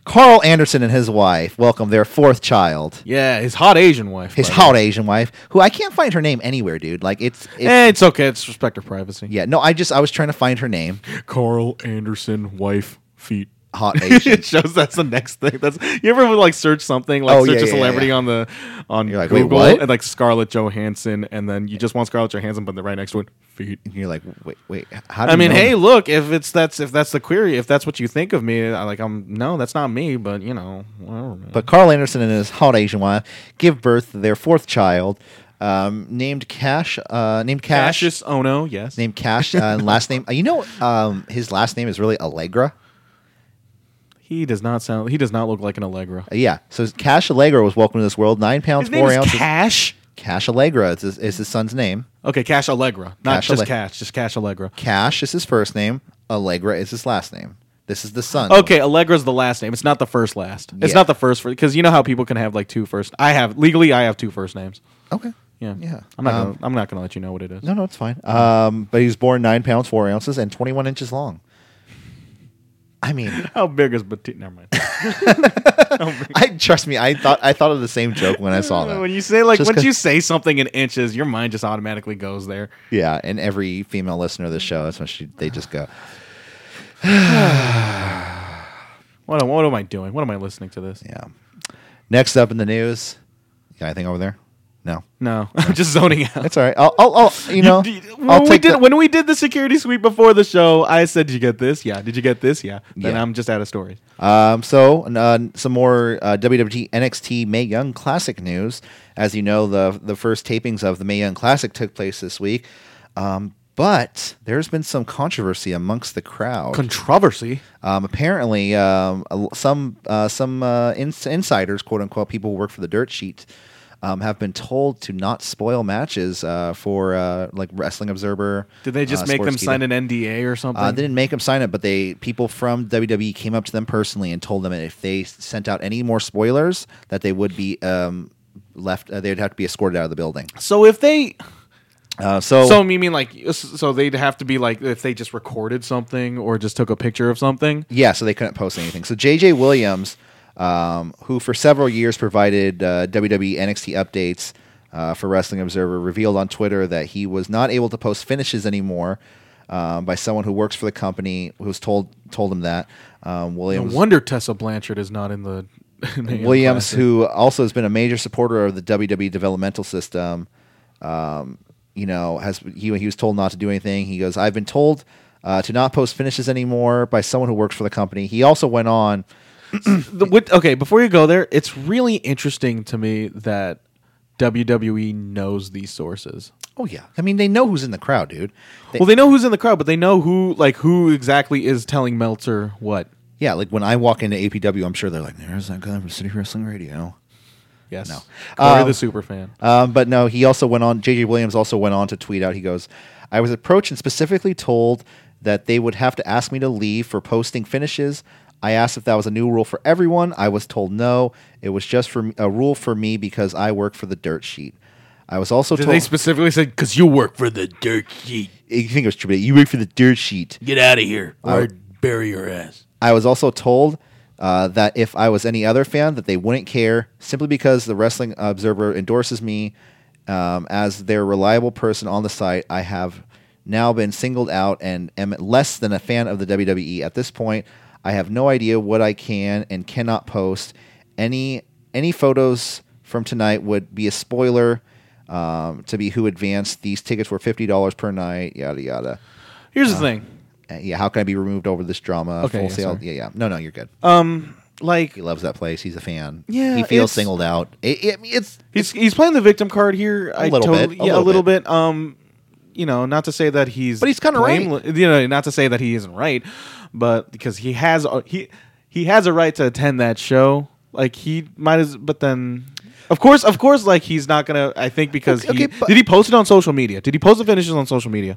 Speaker 2: Carl Anderson and his wife welcome their fourth child.
Speaker 3: Yeah, his hot Asian wife.
Speaker 2: His
Speaker 3: by the way.
Speaker 2: hot Asian wife, who I can't find her name anywhere, dude. Like it's, it's
Speaker 3: Eh, it's okay. It's respect of privacy.
Speaker 2: yeah. No, I just I was trying to find her name.
Speaker 3: Carl Anderson, wife, feet. [LAUGHS]
Speaker 2: Hot Asian.
Speaker 3: it shows that's the next thing. That's you ever like search something like
Speaker 2: Oh,
Speaker 3: search
Speaker 2: yeah,
Speaker 3: a
Speaker 2: yeah,
Speaker 3: celebrity
Speaker 2: yeah.
Speaker 3: on the on
Speaker 2: You're like, wait,
Speaker 3: Google
Speaker 2: what?
Speaker 3: and like Scarlett Johansson, and then you just want Scarlett Johansson, but the right next to it feet.
Speaker 2: And you're like, wait, wait. How do
Speaker 3: I
Speaker 2: you
Speaker 3: mean,
Speaker 2: know
Speaker 3: hey,
Speaker 2: that?
Speaker 3: look, if it's that's if that's the query, if that's what you think of me, I, like I'm no, that's not me, but you know, whatever, man.
Speaker 2: But Carl Anderson and his hot Asian wife give birth to their fourth child, um, named Cash. Uh, named Cash.
Speaker 3: Cassius Ono, yes,
Speaker 2: Named Cash. Uh, and last
Speaker 3: [LAUGHS]
Speaker 2: name. You know, um, his last name is really Allegra.
Speaker 3: he does not sound, he does not look like an Allegra.
Speaker 2: Uh, yeah. So Cash Allegra was welcomed to this world. Nine pounds
Speaker 3: His name
Speaker 2: four
Speaker 3: is
Speaker 2: ounces.
Speaker 3: Cash.
Speaker 2: Cash Allegra is his, is his son's name.
Speaker 3: Okay, Cash Allegra, not
Speaker 2: Cash
Speaker 3: just
Speaker 2: Alle-
Speaker 3: Cash, just Cash Allegra.
Speaker 2: Cash is his first name. Allegra is his last name. This is the son.
Speaker 3: Okay, Allegra's the last name. It's not the first last. It's
Speaker 2: Yeah.
Speaker 3: not the first because you know how people can have like two first. I have legally, I have two first names.
Speaker 2: Okay.
Speaker 3: Yeah,
Speaker 2: Yeah.
Speaker 3: I'm not.
Speaker 2: Um,
Speaker 3: gonna, I'm not going to let you know what it is.
Speaker 2: No, no, it's fine. Um, but he was born nine pounds four ounces and twenty one inches long. I mean,
Speaker 3: [LAUGHS]
Speaker 2: [LAUGHS]
Speaker 3: How big is Batista? Never mind.
Speaker 2: I trust me. I thought I thought of the same joke when I [LAUGHS] saw that.
Speaker 3: when you say like
Speaker 2: Just
Speaker 3: once
Speaker 2: 'cause-
Speaker 3: you say something in inches, your mind just automatically goes there.
Speaker 2: yeah, and every female listener of the show, that's when she they just go.
Speaker 3: What am, what am I doing? What am I listening to this?
Speaker 2: Yeah. Next up in the news, you got anything over there? No,
Speaker 3: No, [LAUGHS] I'm just zoning out.
Speaker 2: that's all right. I'll, I'll, I'll you know,
Speaker 3: d-
Speaker 2: I'll
Speaker 3: when we
Speaker 2: take
Speaker 3: did
Speaker 2: the-
Speaker 3: when we did the security sweep before the show, I said, "Did you get this? Yeah. Did you get this? Yeah." Then
Speaker 2: Yeah.
Speaker 3: I'm just out of stories.
Speaker 2: Um, so, uh, some more uh, WWE NXT May Young Classic news. As you know, the the first tapings of the May Young Classic took place this week, um, but there's been some controversy amongst the crowd.
Speaker 3: Controversy.
Speaker 2: Um, apparently, um, a l- some uh, some uh, ins- insiders, quote unquote, people who work for the dirt sheet, um, have been told to not spoil matches uh, for uh, like Wrestling Observer.
Speaker 3: Did they just
Speaker 2: uh,
Speaker 3: make them
Speaker 2: Sportskeeda.
Speaker 3: sign an NDA or something?
Speaker 2: Uh, they didn't make them sign it, but they people from WWE came up to them personally and told them if they s- sent out any more spoilers, that they would be um, left. Uh, they'd have to be escorted out of the building.
Speaker 3: so if they
Speaker 2: Uh, so,
Speaker 3: So you mean like so they'd have to be like if they just recorded something or just took a picture of something?
Speaker 2: yeah, so they couldn't post anything. So JJ Williams, um, who for several years provided uh, WWE NXT updates uh, for Wrestling Observer, revealed on Twitter that he was not able to post finishes anymore. Um, by someone who works for the company who's told told him that um,
Speaker 3: No
Speaker 2: Williams
Speaker 3: wonder Tessa Blanchard is not in the [LAUGHS] in the
Speaker 2: Williams,
Speaker 3: classic.
Speaker 2: who also has been a major supporter of the WWE developmental system, um, you know, has he, he was told not to do anything. He goes, I've been told uh, to not post finishes anymore by someone who works for the company. He also went on,
Speaker 3: The- what- okay, before you go there, it's really interesting to me that WWE knows E these sources.
Speaker 2: Oh yeah, I mean they know who's in the crowd, dude. They-
Speaker 3: Well, they know who's in the crowd, but they know who like who exactly is telling Meltzer what.
Speaker 2: yeah, like when I walk into APW, I'm sure they're like, "There's that guy from City Wrestling Radio."
Speaker 3: Yes.
Speaker 2: No.
Speaker 3: Corey
Speaker 2: Um,
Speaker 3: the super fan.
Speaker 2: Um, but no, he also went on. JJ Williams also went on to tweet out. He goes, "I was approached and specifically told that they would have to ask me to leave for posting finishes. I asked if that was a new rule for everyone. I was told no. It was just for a rule for me because I work for the dirt sheet. I was also
Speaker 4: Did
Speaker 2: told. [LAUGHS]
Speaker 4: they specifically say because you work for the dirt sheet?
Speaker 2: you think it was true? but You work for the dirt sheet.
Speaker 4: Get out of here or I'd bury your ass.
Speaker 2: I was also told uh, that if I was any other fan, that they wouldn't care simply because the Wrestling Observer endorses me um, as their reliable person on the site. I have now been singled out and am less than a fan of the WWE at this point. I have no idea what I can and cannot post. Any any photos from tonight would be a spoiler um, to be who advanced. These tickets were fifty dollars per night. Yada yada.
Speaker 3: Here's the thing.
Speaker 2: Uh, yeah, how can I be removed over this drama?
Speaker 3: Okay,
Speaker 2: full
Speaker 3: yeah,
Speaker 2: sale.
Speaker 3: sorry.
Speaker 2: Yeah, yeah. No, no, you're good.
Speaker 3: Like
Speaker 2: He loves that place. He's a fan.
Speaker 3: Yeah,
Speaker 2: he feels
Speaker 3: it's-
Speaker 2: singled out. It, it, it's
Speaker 3: he's he's playing the victim card here. I
Speaker 2: little bit,
Speaker 3: totally-
Speaker 2: a
Speaker 3: yeah,
Speaker 2: little
Speaker 3: a little bit. Um, you know, not to say that he's,
Speaker 2: But he's kinda right.
Speaker 3: blamele- You know, not to say that he isn't right, but because he has a, he he has a right to attend that show. Like he might as, but then. Of course, of course, like he's not gonna. I think because
Speaker 2: Okay,
Speaker 3: he
Speaker 2: okay, but-
Speaker 3: did he post it on social media? Did he post the finishes on social media?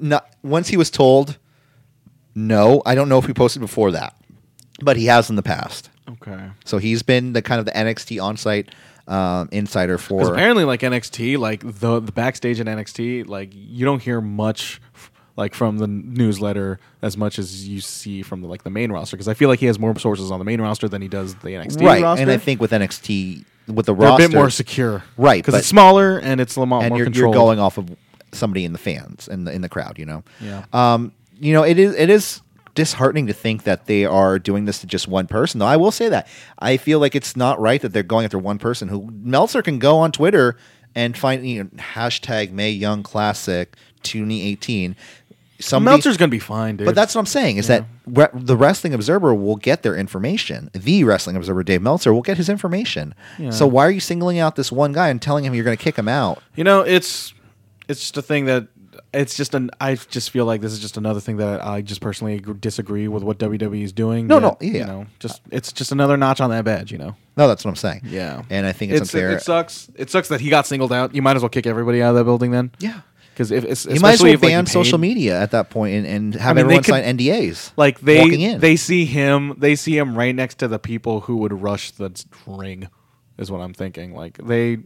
Speaker 2: not. Once he was told, no, I don't know if he posted before that, but he has in the past.
Speaker 3: Okay,
Speaker 2: So he's been the kind of the NXT on-site um, insider
Speaker 3: Because
Speaker 2: for.
Speaker 3: apparently, like NXT, like the the backstage in NXT, like you don't hear much f- like from the newsletter as much as you see from the, like the main roster. Because I feel like he has more sources on the main roster than he does the NXT
Speaker 2: Right,
Speaker 3: roster.
Speaker 2: and I think with NXT with the
Speaker 3: they're
Speaker 2: roster,
Speaker 3: a bit more secure,
Speaker 2: Right,
Speaker 3: Because
Speaker 2: but-
Speaker 3: it's smaller and it's a lot
Speaker 2: and
Speaker 3: more
Speaker 2: you're, you're
Speaker 3: controlled.
Speaker 2: going off of somebody in the fans and the, in the crowd, you know.
Speaker 3: Yeah.
Speaker 2: Um, you know, it is it is disheartening to think that they are doing this to just one person. Though I will say that I feel like it's not right that they're going after one person. Who Meltzer can go on Twitter and find you know hashtag May Young Classic 2018. Somebody,
Speaker 3: Meltzer's gonna be fine, dude.
Speaker 2: but that's what I'm saying is that re- the Wrestling Observer will get their information. The Wrestling Observer, Dave Meltzer, will get his information. So why are you singling out this one guy and telling him you're going to kick him out?
Speaker 3: you know, it's it's just a thing that. It's just an. I just feel like this is just another thing that I just personally ag- disagree with what WWE is doing.
Speaker 2: No, no, yeah.
Speaker 3: you know, just it's just another notch on that badge. You know,
Speaker 2: No, that's what I'm saying.
Speaker 3: Yeah, uh,
Speaker 2: and I think it's,
Speaker 3: it-
Speaker 2: unfair.
Speaker 3: It sucks. It sucks that he got singled out. You might as well kick everybody out of that building then.
Speaker 2: Yeah.
Speaker 3: because if it's,
Speaker 2: you might as well
Speaker 3: if, like,
Speaker 2: ban
Speaker 3: he paid-
Speaker 2: social media at that point and, and have
Speaker 3: I mean, they
Speaker 2: everyone
Speaker 3: could-
Speaker 2: sign NDAs.
Speaker 3: Like they
Speaker 2: walking in.
Speaker 3: they see him, they see him right next to the people who would rush the ring, is what I'm thinking. Like they,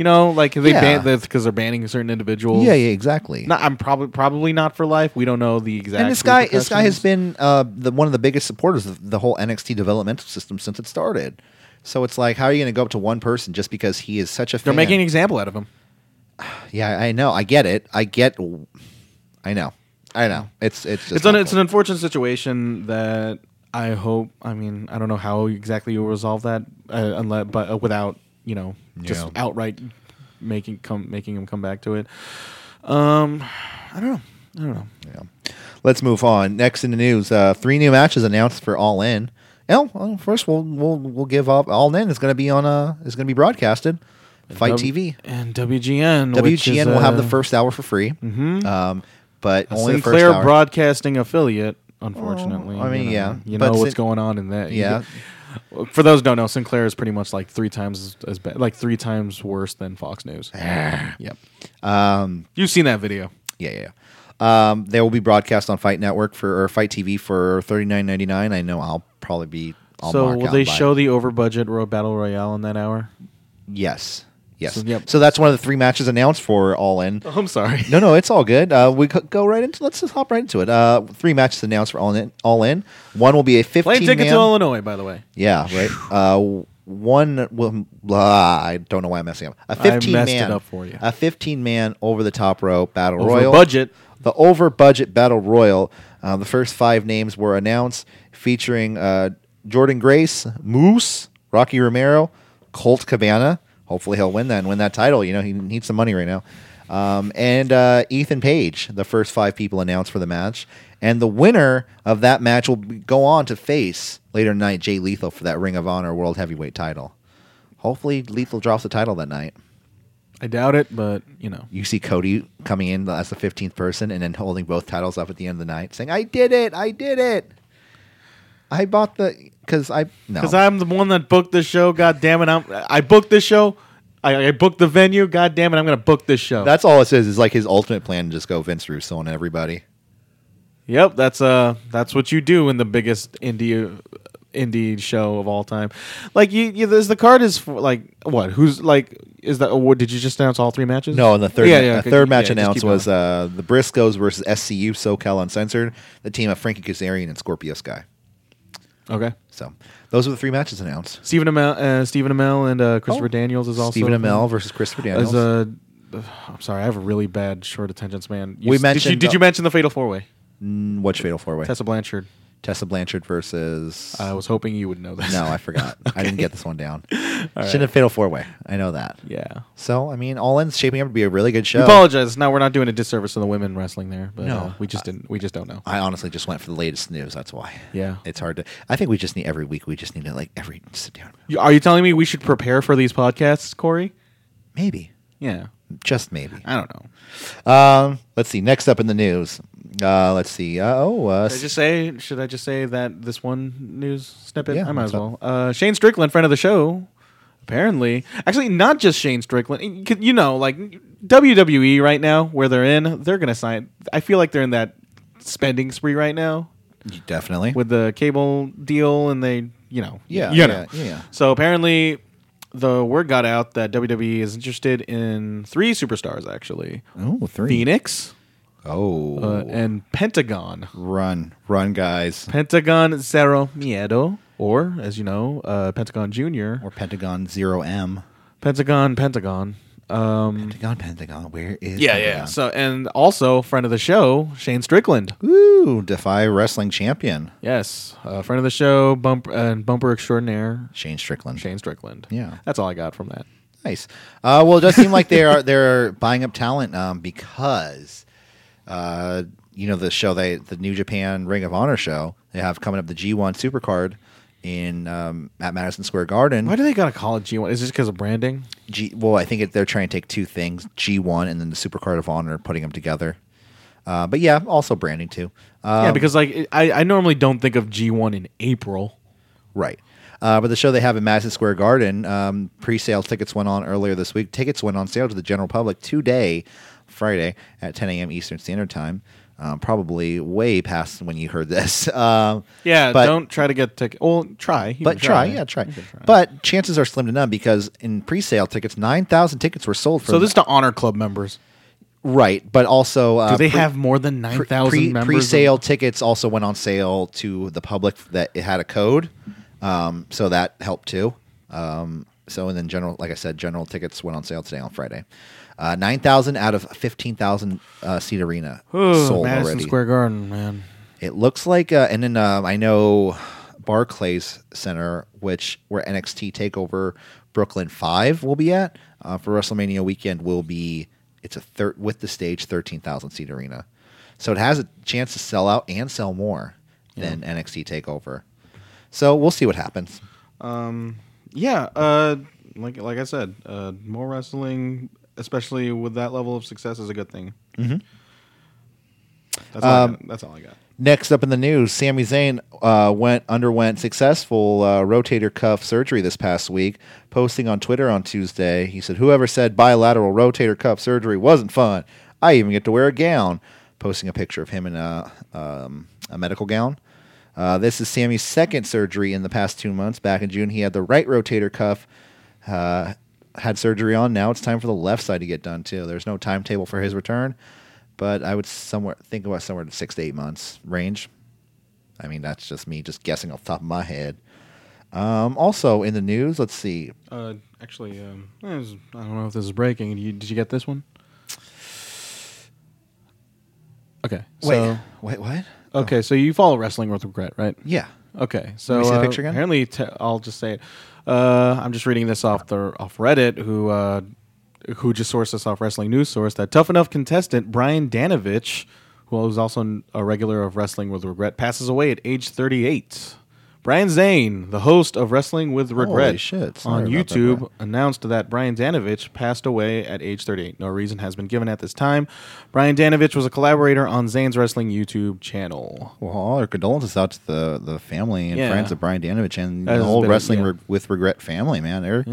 Speaker 3: you know, like they
Speaker 2: Yeah.
Speaker 3: ban this because they're banning certain individuals.
Speaker 2: yeah, yeah, exactly.
Speaker 3: Not, I'm probably probably not for life. We don't know the exact.
Speaker 2: and this guy, this guy has
Speaker 3: repercussions.
Speaker 2: been uh, the, one of the biggest supporters of the whole NXT developmental system since it started. So it's like, how are you going to go up to one person just because he is such a?
Speaker 3: They're
Speaker 2: fan?
Speaker 3: making an example out of him.
Speaker 2: Yeah, I know. I get it. I get. I know. I know. It's it's just
Speaker 3: it's an it's
Speaker 2: awful.
Speaker 3: an unfortunate situation that I hope. I mean, I don't know how exactly you resolve that, uh, unless but uh, without you know just
Speaker 2: Yeah.
Speaker 3: outright making come making him come back to it. Um, I don't know. I don't know.
Speaker 2: Yeah. Let's move on. Next in the news, uh, three new matches announced for All In. Oh, well, first we'll we'll we'll give up. All In is going to be on uh is going to be broadcasted. Fight
Speaker 3: W-
Speaker 2: TV.
Speaker 3: and WGN. which
Speaker 2: WGN
Speaker 3: is,
Speaker 2: will have
Speaker 3: uh, Mm-hmm.
Speaker 2: the first hour for free. Um, but
Speaker 3: a
Speaker 2: only the first
Speaker 3: Sinclair
Speaker 2: hour.
Speaker 3: Broadcasting affiliate. Unfortunately,
Speaker 2: I mean,
Speaker 3: you know,
Speaker 2: yeah,
Speaker 3: you
Speaker 2: but
Speaker 3: know what's
Speaker 2: Sin-
Speaker 3: going on in that. You
Speaker 2: Yeah.
Speaker 3: get- for those who don't know, Sinclair is pretty much like three times as- as bad, like three times worse than Fox News. yep. Um, You've seen that video.
Speaker 2: yeah, yeah. yeah. Um, they will be broadcast on Fight Network for or Fight TV for thirty nine ninety nine. I know I'll probably be. I'll
Speaker 3: so
Speaker 2: mark
Speaker 3: will
Speaker 2: out
Speaker 3: they
Speaker 2: by-
Speaker 3: show the over budget ro- battle royale in that hour?
Speaker 2: Yes, yes. So,
Speaker 3: So, yep.
Speaker 2: that's one of the three matches announced for All In.
Speaker 3: Oh, I'm
Speaker 2: [LAUGHS]
Speaker 3: sorry.
Speaker 2: No, no, it's all good. Uh, we could go right into. Let's just hop right into it. Uh, three matches announced for all in. All in. One will be a fifteen.
Speaker 3: Plane ticket
Speaker 2: man,
Speaker 3: to Illinois, by the way.
Speaker 2: Yeah, right. Uh, one will. Blah, I don't know why I'm messing up. A
Speaker 3: I
Speaker 2: fifteen
Speaker 3: messed
Speaker 2: man.
Speaker 3: it up for you.
Speaker 2: A fifteen man over the top rope battle
Speaker 3: Over
Speaker 2: royal.
Speaker 3: budget.
Speaker 2: The over budget battle royal. Uh, the first five names were announced, featuring uh, Jordan Grace, Moose, Rocky Romero, Colt Cabana. Hopefully he'll win that and win that title. You know he needs some money right now. Um, and uh, Ethan Page, the first five people announced for the match, and the winner of that match will be- go on to face later tonight Jay Lethal for that Ring of Honor World Heavyweight title. Hopefully Lethal drops the title that night.
Speaker 3: I doubt it, but you know.
Speaker 2: You see Cody coming in as the 15th person and then holding both titles up at the end of the night, saying, "I did it! I did it! I bought the because I no
Speaker 3: Because I'm the one that booked the show. God damn it! I'm, I booked this show. I, I booked the venue. God damn it! I'm gonna book this show.
Speaker 2: That's all it says is like his ultimate plan to just go Vince Russo and everybody.
Speaker 3: yep, that's uh, that's what you do in the biggest indie indie show of all time. Like you, you there's the card is for, like what? Who's like? Is that? What, did you just announce all three matches?
Speaker 2: No, and the third
Speaker 3: Yeah, yeah,
Speaker 2: the
Speaker 3: okay,
Speaker 2: third
Speaker 3: yeah,
Speaker 2: match
Speaker 3: just keep
Speaker 2: announced
Speaker 3: going.
Speaker 2: was uh, the Briscoes versus SCU SoCal Uncensored, the team of Frankie Kazarian and Scorpio Sky.
Speaker 3: okay.
Speaker 2: So those were the three matches announced.
Speaker 3: Stephen Amell, uh, Stephen Amell, and uh, Christopher
Speaker 2: Oh.
Speaker 3: Daniels is also
Speaker 2: Stephen Amell versus Christopher Daniels.
Speaker 3: As a, uh, I'm sorry, I have a really bad short attention span. You
Speaker 2: We
Speaker 3: s- Did you,
Speaker 2: mentioned- uh,
Speaker 3: did you mention the Fatal Four Way?
Speaker 2: Mm, Which fatal four way? Tessa,
Speaker 3: Tessa Blanchard.
Speaker 2: Blanchard versus.
Speaker 3: I was hoping you would know this.
Speaker 2: no, I forgot. I didn't get this one down. Shouldn't have fatal four way. I know that.
Speaker 3: [LAUGHS] yeah.
Speaker 2: So I mean, all ends shaping up to be a really good
Speaker 3: We
Speaker 2: show.
Speaker 3: apologize. No, we're not doing a disservice to the women wrestling there, but
Speaker 2: No.
Speaker 3: uh, we just didn't. We just don't know.
Speaker 2: I honestly just went for the latest news. That's why.
Speaker 3: Yeah.
Speaker 2: It's hard to. I think we just need every week. We just need to like every sit down.
Speaker 3: You- Are you telling me we should prepare for these podcasts, Corey?
Speaker 2: Maybe.
Speaker 3: Yeah.
Speaker 2: Just maybe.
Speaker 3: I don't know.
Speaker 2: Um, let's see. Next up in the news. Uh, let's see. Uh, oh, uh,
Speaker 3: Should I just say? Should I just say that this one news snippet?
Speaker 2: Yeah,
Speaker 3: I might as
Speaker 2: what's
Speaker 3: well. Uh, Shane Strickland, friend of the show, apparently. Actually, not just Shane Strickland. You could- You know, like WWE right now, where they're in, they're gonna sign. I feel like they're in that spending spree right now
Speaker 2: definitely.
Speaker 3: with the cable deal, and they, you know,
Speaker 2: Yeah,
Speaker 3: you know.
Speaker 2: yeah, yeah.
Speaker 3: So apparently. The word got out that WWE is interested in three superstars, actually
Speaker 2: oh, three.
Speaker 3: Phoenix
Speaker 2: Oh,
Speaker 3: uh, and Pentagon.
Speaker 2: run, run, guys.
Speaker 3: Pentagon Zero Miedo, or as you know, uh, Pentagon Junior,
Speaker 2: Or Pentagon Zero M.
Speaker 3: Pentagon Pentagon. Um,
Speaker 2: Pentagon, Pentagon. Where is? Pentagon?
Speaker 3: So and also friend of the show, Shane Strickland.
Speaker 2: Woo! Defy wrestling champion
Speaker 3: Yes, uh, friend of the show, bump and bumper extraordinaire,
Speaker 2: Shane Strickland.
Speaker 3: Shane Strickland.
Speaker 2: Yeah.
Speaker 3: that's all I got from that.
Speaker 2: Nice. Uh, well, it does seem like they are [LAUGHS] they're buying up talent um, because uh, you know the show they the New Japan Ring of Honor show they have coming up the G1 Supercard in um, at Madison Square Garden.
Speaker 3: Why do they gotta call it G one? Is this because of branding?
Speaker 2: G, well, I think it, they're trying to take two things: G1 and then the Supercard of Honor, putting them together. Uh, but yeah, also branding too. Uh,
Speaker 3: yeah, because like I, I normally don't think of G one in April.
Speaker 2: Right. Uh, but the show they have in Madison Square Garden, um, pre-sale tickets went on earlier this week. Tickets went on sale to the general public today, Friday at 10 a.m. Eastern Standard Time. Um, probably way past when you heard this. [LAUGHS] Um,
Speaker 3: Yeah,
Speaker 2: but,
Speaker 3: don't try to get ticket. Well, try, You
Speaker 2: But
Speaker 3: can
Speaker 2: try, yeah, try.
Speaker 3: You can try.
Speaker 2: But chances are slim to none because in pre-sale tickets, nine thousand tickets were sold for.
Speaker 3: so this is to honor club members.
Speaker 2: right, but also uh,
Speaker 3: Do they
Speaker 2: pre-
Speaker 3: have more than nine
Speaker 2: pre-
Speaker 3: thousand
Speaker 2: pre-
Speaker 3: members?
Speaker 2: pre-sale tickets also went on sale to the public that it had a code um, so that helped too um, so and then general like i said general tickets went on sale today on friday uh, 9000 out of 15000 uh, seat arena sold
Speaker 3: Madison
Speaker 2: already
Speaker 3: Square Garden, man.
Speaker 2: it looks like uh, and then um, i know barclays center which where nxt takeover brooklyn 5 will be at uh, for wrestlemania weekend will be it's a third with the stage 13000 seat arena so it has a chance to sell out and sell more than nxt takeover so we'll see what happens
Speaker 3: Yeah, uh, like like I said, uh, more wrestling, especially with that level of success, is a good thing. Mm-hmm. That's, all I got. That's all I got.
Speaker 2: Next up in the news, Sami Zayn uh, went underwent successful uh, rotator cuff surgery this past week. Posting on Twitter on Tuesday, he said, "Whoever said bilateral rotator cuff surgery wasn't fun? I even get to wear a gown." Posting a picture of him in a um, a medical gown. Uh, this is Sammy's second surgery in the past two months. Back in June, he had the right rotator cuff uh, had surgery on. Now it's time for the left side to get done too. There's no timetable for his return, but I would somewhere think about somewhere to six to eight months range. I mean, that's just me just guessing off the top of my head. Um, also in the news, let's see.
Speaker 3: Uh, actually, um, I was- I don't know if this is breaking. Did you, did you get this one? Okay. So,
Speaker 2: wait, wait, what?
Speaker 3: okay, so you follow wrestling with regret, right?
Speaker 2: Yeah,
Speaker 3: Okay, so
Speaker 2: me see the
Speaker 3: uh,
Speaker 2: picture again?
Speaker 3: apparently, t- I'll just say it. Uh, I'm just reading this off the off Reddit, who uh, who just sourced this off Wrestling News Source. That tough enough contestant Brian Danovich, who is also a regular of Wrestling with Regret, passes away at age 38. Brian Zane, the host of Wrestling with Regret
Speaker 2: Holy shit, sorry about
Speaker 3: on
Speaker 2: that,
Speaker 3: YouTube,
Speaker 2: Brian.
Speaker 3: announced that Brian Danovich passed away at age 38. No reason has been given at this time. Brian Danovich was a collaborator on Zane's Wrestling YouTube channel.
Speaker 2: Well, all our condolences out to the, the family and
Speaker 3: Yeah.
Speaker 2: friends of Brian Danovich and
Speaker 3: That
Speaker 2: the
Speaker 3: has
Speaker 2: whole
Speaker 3: been a-
Speaker 2: wrestling
Speaker 3: yeah.
Speaker 2: Re- with regret family, man. They're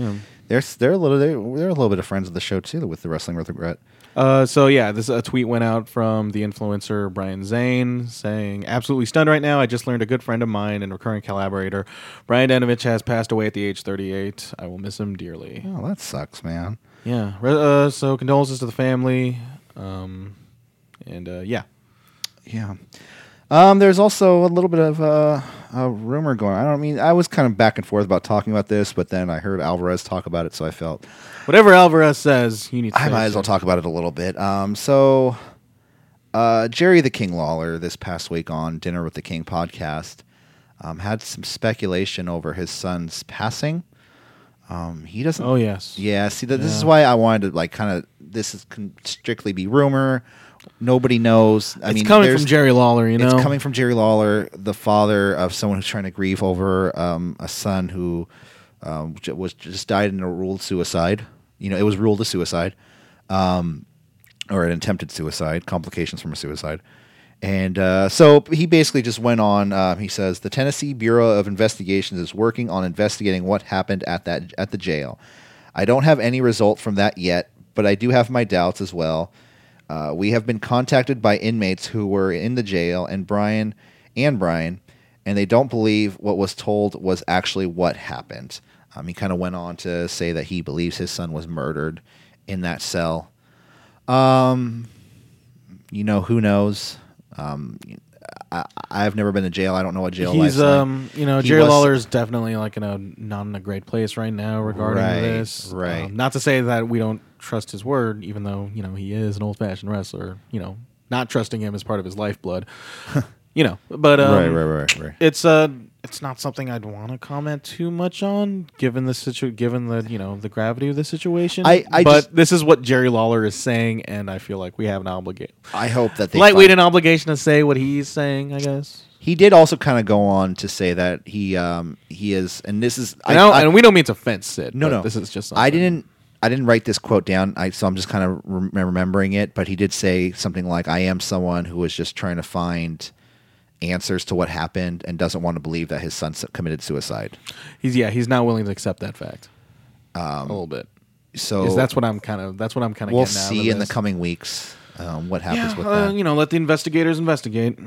Speaker 2: they're s- they're a little they're, they're a little bit of friends of the show too with the wrestling with regret.
Speaker 3: Uh, so yeah, this a tweet went out from the influencer Brian Zane saying, "Absolutely stunned right now. I just learned a good friend of mine and recurring collaborator, Brian Danovich, has passed away at the age 38. I will miss him dearly."
Speaker 2: Oh, that sucks, man.
Speaker 3: Yeah. re- Uh, so condolences to the family. Um, and uh, yeah,
Speaker 2: Yeah. Um, there's also a little bit of uh, a rumor going. on. I don't mean I was kind of back and forth about talking about this, but then I heard Alvarez talk about it, so I felt
Speaker 3: whatever Alvarez says, you need. To
Speaker 2: I
Speaker 3: say
Speaker 2: might
Speaker 3: it,
Speaker 2: as well
Speaker 3: sir.
Speaker 2: talk about it a little bit. Um, so, uh, Jerry the King Lawler this past week on Dinner with the King podcast um, had some speculation over his son's passing. Um, he doesn't.
Speaker 3: Oh yes.
Speaker 2: Yeah. See, th- this is why I wanted to like kind of this is can strictly be rumor. Nobody knows. I
Speaker 3: it's
Speaker 2: mean,
Speaker 3: coming
Speaker 2: there's-
Speaker 3: from Jerry Lawler, you know.
Speaker 2: it's coming from Jerry Lawler, the father of someone who's trying to grieve over um, a son who um, j- was just died in a ruled suicide. You know, it was ruled a suicide, um, or an attempted suicide, complications from a suicide. And uh, so he basically just went on. Uh, he says the Tennessee Bureau of Investigations is working on investigating what happened at that at the jail. I don't have any result from that yet, but I do have my doubts as well. Uh, we have been contacted by inmates who were in the jail and Brian and Brian, and they don't believe what was told was actually what happened. Um, he kind of went on to say that he believes his son was murdered in that cell. Um, you know who knows. Um, I, I've never been to jail. I don't know what jail
Speaker 3: He's
Speaker 2: life's like.
Speaker 3: um, you know,
Speaker 2: He
Speaker 3: Jerry
Speaker 2: was-
Speaker 3: Lawler is definitely like in a not in a great place right now regarding
Speaker 2: Right,
Speaker 3: this.
Speaker 2: right.
Speaker 3: Um, not to say that we don't trust his word, even though you know he is an old-fashioned wrestler. You know, not trusting him is part of his
Speaker 2: [LAUGHS]
Speaker 3: lifeblood. you know, but um,
Speaker 2: right, right, right, right.
Speaker 3: It's uh, it's not something I'd want to comment too much on, given the situ, given the you know the gravity of the situation.
Speaker 2: I- I
Speaker 3: but
Speaker 2: just-
Speaker 3: this is what Jerry Lawler is saying, and I feel like we have an obligation,
Speaker 2: I hope that they
Speaker 3: lightweight,
Speaker 2: find-
Speaker 3: an obligation to say what he's saying. I guess.
Speaker 2: He did also kind of go on to say that he um, he is, and this is
Speaker 3: And, I don't- and we don't mean it's offense, Sid.
Speaker 2: No,
Speaker 3: but
Speaker 2: no.
Speaker 3: This is just.
Speaker 2: I
Speaker 3: something-
Speaker 2: didn't. I didn't write this quote down. I so I'm just kind of rem- remembering it. But he did say something like, "I am someone who is just trying to find answers to what happened and doesn't want to believe that his son s- committed suicide."
Speaker 3: He's yeah. He's not willing to accept that fact.
Speaker 2: Um,
Speaker 3: a little bit.
Speaker 2: So
Speaker 3: 'Cause that's what I'm kind of. That's what I'm kind of.
Speaker 2: oh. we'll
Speaker 3: getting out of
Speaker 2: see in the
Speaker 3: this.
Speaker 2: coming weeks um, what happens
Speaker 3: Yeah,
Speaker 2: with
Speaker 3: uh,
Speaker 2: that.
Speaker 3: you know, let the investigators investigate.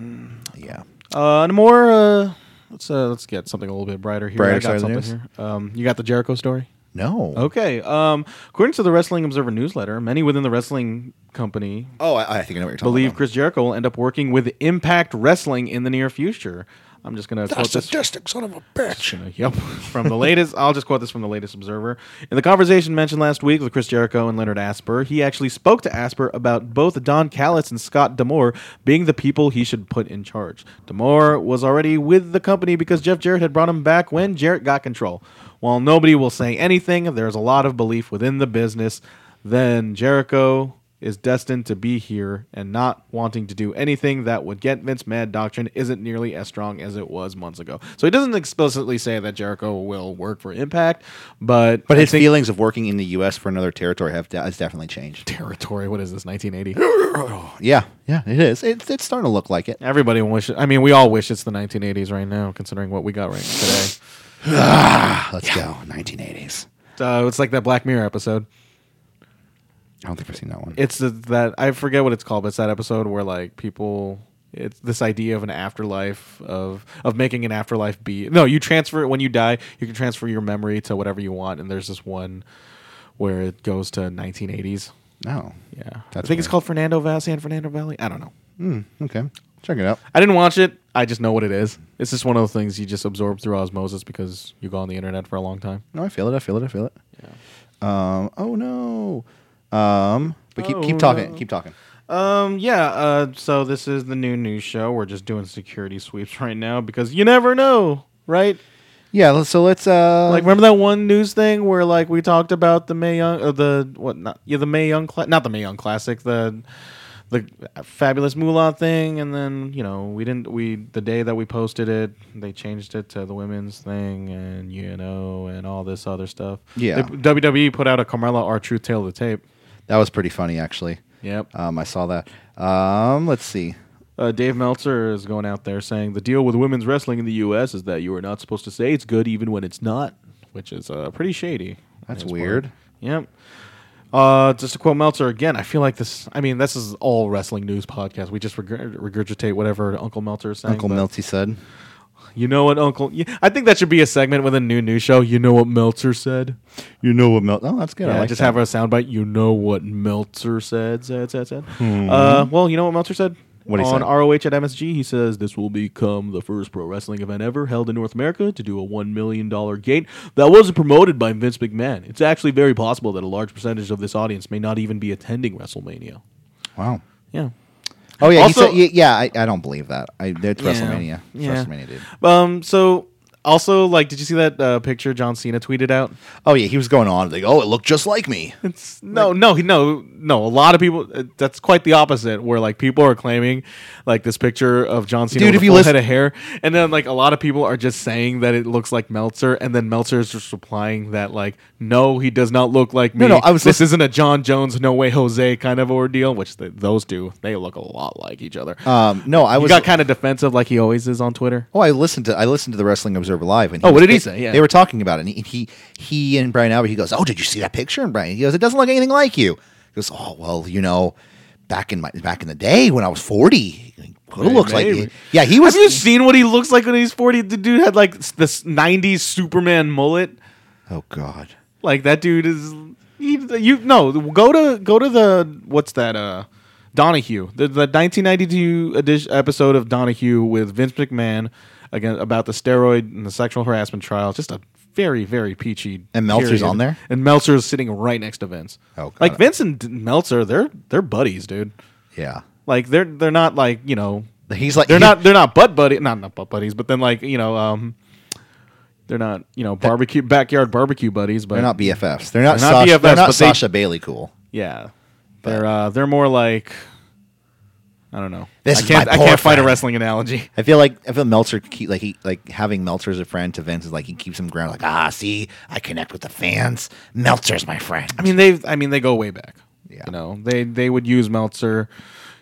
Speaker 2: yeah.
Speaker 3: Uh, and more. Uh, let's uh, let's get something a little bit brighter here.
Speaker 2: Brighter
Speaker 3: I
Speaker 2: side
Speaker 3: got
Speaker 2: of the
Speaker 3: something
Speaker 2: news?
Speaker 3: here. Um, you got the Jericho story.
Speaker 2: No.
Speaker 3: Okay. Um, according to the Wrestling Observer newsletter, many within the wrestling company
Speaker 2: Oh, I, I think I know what you're talking
Speaker 3: believe
Speaker 2: about.
Speaker 3: Chris Jericho will end up working with Impact Wrestling in the near future. I'm just gonna quote
Speaker 4: That's a
Speaker 3: this.
Speaker 4: sadistic son of a bitch.
Speaker 3: Uh, Yep. [LAUGHS] From the latest, I'll just quote this from the latest Observer. In the conversation mentioned last week with Chris Jericho and Leonard Asper, he actually spoke to Asper about both Don Callis and Scott Demore being the people he should put in charge. Demore was already with the company because Jeff Jarrett had brought him back when Jarrett got control. While nobody will say anything, there's a lot of belief within the business. Then Jericho is destined to be here and not wanting to do anything that would get Vince mad doctrine isn't nearly as strong as it was months ago. So he doesn't explicitly say that Jericho will work for Impact, but
Speaker 2: But
Speaker 3: I
Speaker 2: his
Speaker 3: think-
Speaker 2: feelings of working in the U.S. for another territory have de- has definitely changed.
Speaker 3: territory, what is this 1980?
Speaker 2: Yeah, yeah, it is. It's it's starting to look like it.
Speaker 3: Everybody wishes I mean we all wish it's the 1980s right now considering what we got right today.
Speaker 2: Let's go, 1980s.
Speaker 3: Uh, it's like that Black Mirror episode.
Speaker 2: I don't think I've seen that one.
Speaker 3: It's the, that I forget what it's called, but it's that episode where like people it's this idea of an afterlife of of making an afterlife be no you transfer when you die you can transfer your memory to whatever you want and there's this one where it goes to 1980s
Speaker 2: no.
Speaker 3: yeah i
Speaker 2: That's
Speaker 3: think it's
Speaker 2: weird.
Speaker 3: called fernando valley san fernando valley i don't know
Speaker 2: Okay. Check it out.
Speaker 3: i didn't watch it i just know what it is it's just one of those things you just absorb through osmosis because you go on the internet for a long time
Speaker 2: No, I feel it. I feel it. I feel it. Um. Oh no. Um. But keep
Speaker 3: Oh,
Speaker 2: keep talking. Keep talking.
Speaker 3: Um, yeah, uh, so this is the new news show. We're just doing security sweeps right now because you never know, right?
Speaker 2: Yeah. let's- So let's. Uh.
Speaker 3: Like, remember that one news thing where, like, we talked about the May Young, uh, the, what, not, yeah, the May Young, cla- not the May Young Classic, the, the fabulous Moolah thing, and then you know we didn't we the day that we posted it, they changed it to the women's thing, and you know, and all this other stuff.
Speaker 2: Yeah.
Speaker 3: They- WWE E put out a Carmella R Truth Tale of the Tape.
Speaker 2: That was pretty funny, actually.
Speaker 3: Yep.
Speaker 2: Um, I saw that. Um, let's see.
Speaker 3: Uh, Dave Meltzer is going out there saying the deal with women's wrestling in the U.S. is that you are not supposed to say it's good even when it's not, which is uh, pretty shady.
Speaker 2: That's
Speaker 3: His
Speaker 2: weird.
Speaker 3: part. Yep. Uh, just to quote Meltzer again, I feel like this. I mean, this is all wrestling news podcast. We just regurg- regurgitate whatever Uncle Meltzer is saying.
Speaker 2: Uncle
Speaker 3: but
Speaker 2: Milty said.
Speaker 3: You know what, Uncle? y- I think that should be a segment with a new news show. You know what Meltzer said?
Speaker 2: You know what Milty? Oh, that's good.
Speaker 3: Yeah,
Speaker 2: I like
Speaker 3: just
Speaker 2: that.
Speaker 3: have a soundbite. You know what Meltzer said, said, said, said. Uh, well, you know what Meltzer said?
Speaker 2: What'd he
Speaker 3: On
Speaker 2: say?
Speaker 3: ROH at MSG, he says this will become the first pro wrestling event ever held in North America to do a $1 million gate that wasn't promoted by Vince McMahon. It's actually very possible that a large percentage of this audience may not even be attending WrestleMania.
Speaker 2: Wow.
Speaker 3: Yeah.
Speaker 2: Oh yeah,
Speaker 3: Also-
Speaker 2: he said, yeah, yeah I, I don't believe that. I, it's WrestleMania. It's
Speaker 3: Yeah.
Speaker 2: WrestleMania, dude.
Speaker 3: Um, so, also, like, did you see that uh, picture John Cena tweeted out?
Speaker 2: Oh yeah, he was going on like, oh, it looked just like me.
Speaker 3: It's no, no, he- no, no. A lot of people. uh, That's quite the opposite. Where like people are claiming like this picture of John Cena
Speaker 2: Dude,
Speaker 3: with
Speaker 2: if
Speaker 3: a
Speaker 2: you
Speaker 3: full
Speaker 2: listen-
Speaker 3: head of hair, and then like a lot of people are just saying that it looks like Meltzer, and then Meltzer is just replying that like, no, he does not look like me.
Speaker 2: no, I was
Speaker 3: This
Speaker 2: listen-
Speaker 3: isn't a John Jones, no way Jose kind of ordeal. Which th those do. They look a lot like each other.
Speaker 2: Um, no, I
Speaker 3: he
Speaker 2: was.
Speaker 3: got kind of defensive, like he always is on Twitter.
Speaker 2: oh, I listened to I listened to the Wrestling Observer live. And he
Speaker 3: Oh, what
Speaker 2: was-
Speaker 3: did he
Speaker 2: they-
Speaker 3: say? Yeah.
Speaker 2: they were talking about it. And he he, he and Brian Albert. He goes, oh, did you see that picture? And Brian, he goes, it doesn't look anything like you. He goes, oh well, you know, back in my back in the day when I was forty, it
Speaker 3: Hey,
Speaker 2: looks like
Speaker 3: maybe.
Speaker 2: you. Yeah, he was.
Speaker 3: Have you seen what he looks like when he's forty? The dude had like s- this '90s Superman mullet.
Speaker 2: oh God.
Speaker 3: Like that dude is he, you no go to go to the what's that uh Donahue the the 1992 edition, episode of Donahue with Vince McMahon again about the steroid and the sexual harassment trial just a very very peachy
Speaker 2: And Meltzer's
Speaker 3: period.
Speaker 2: on there?
Speaker 3: and Meltzer's sitting right next to Vince
Speaker 2: Oh, got
Speaker 3: like
Speaker 2: it.
Speaker 3: Vince and D- Meltzer they're they're buddies dude
Speaker 2: Yeah.
Speaker 3: like they're they're not like you know
Speaker 2: He's like
Speaker 3: they're
Speaker 2: he-
Speaker 3: not they're not butt buddy not not butt buddies but then like you know um they're not you know barbecue backyard barbecue buddies but
Speaker 2: They're not BFFs. They're not
Speaker 3: They're
Speaker 2: Sasha,
Speaker 3: not BFFs,
Speaker 2: they're not
Speaker 3: but they-
Speaker 2: Sasha Bailey cool.
Speaker 3: Yeah, they're uh, they're more like I don't know.
Speaker 2: This
Speaker 3: I
Speaker 2: is
Speaker 3: can't
Speaker 2: my
Speaker 3: I can't
Speaker 2: poor
Speaker 3: find a
Speaker 2: friend.
Speaker 3: wrestling analogy.
Speaker 2: I feel like I feel Meltzer keep like he like having Meltzer as a friend to Vince is like he keeps him grounded. Like ah, see, I connect with the fans. Meltzer's my friend.
Speaker 3: I mean they I mean they go way back.
Speaker 2: Yeah.
Speaker 3: you know they they would use Meltzer.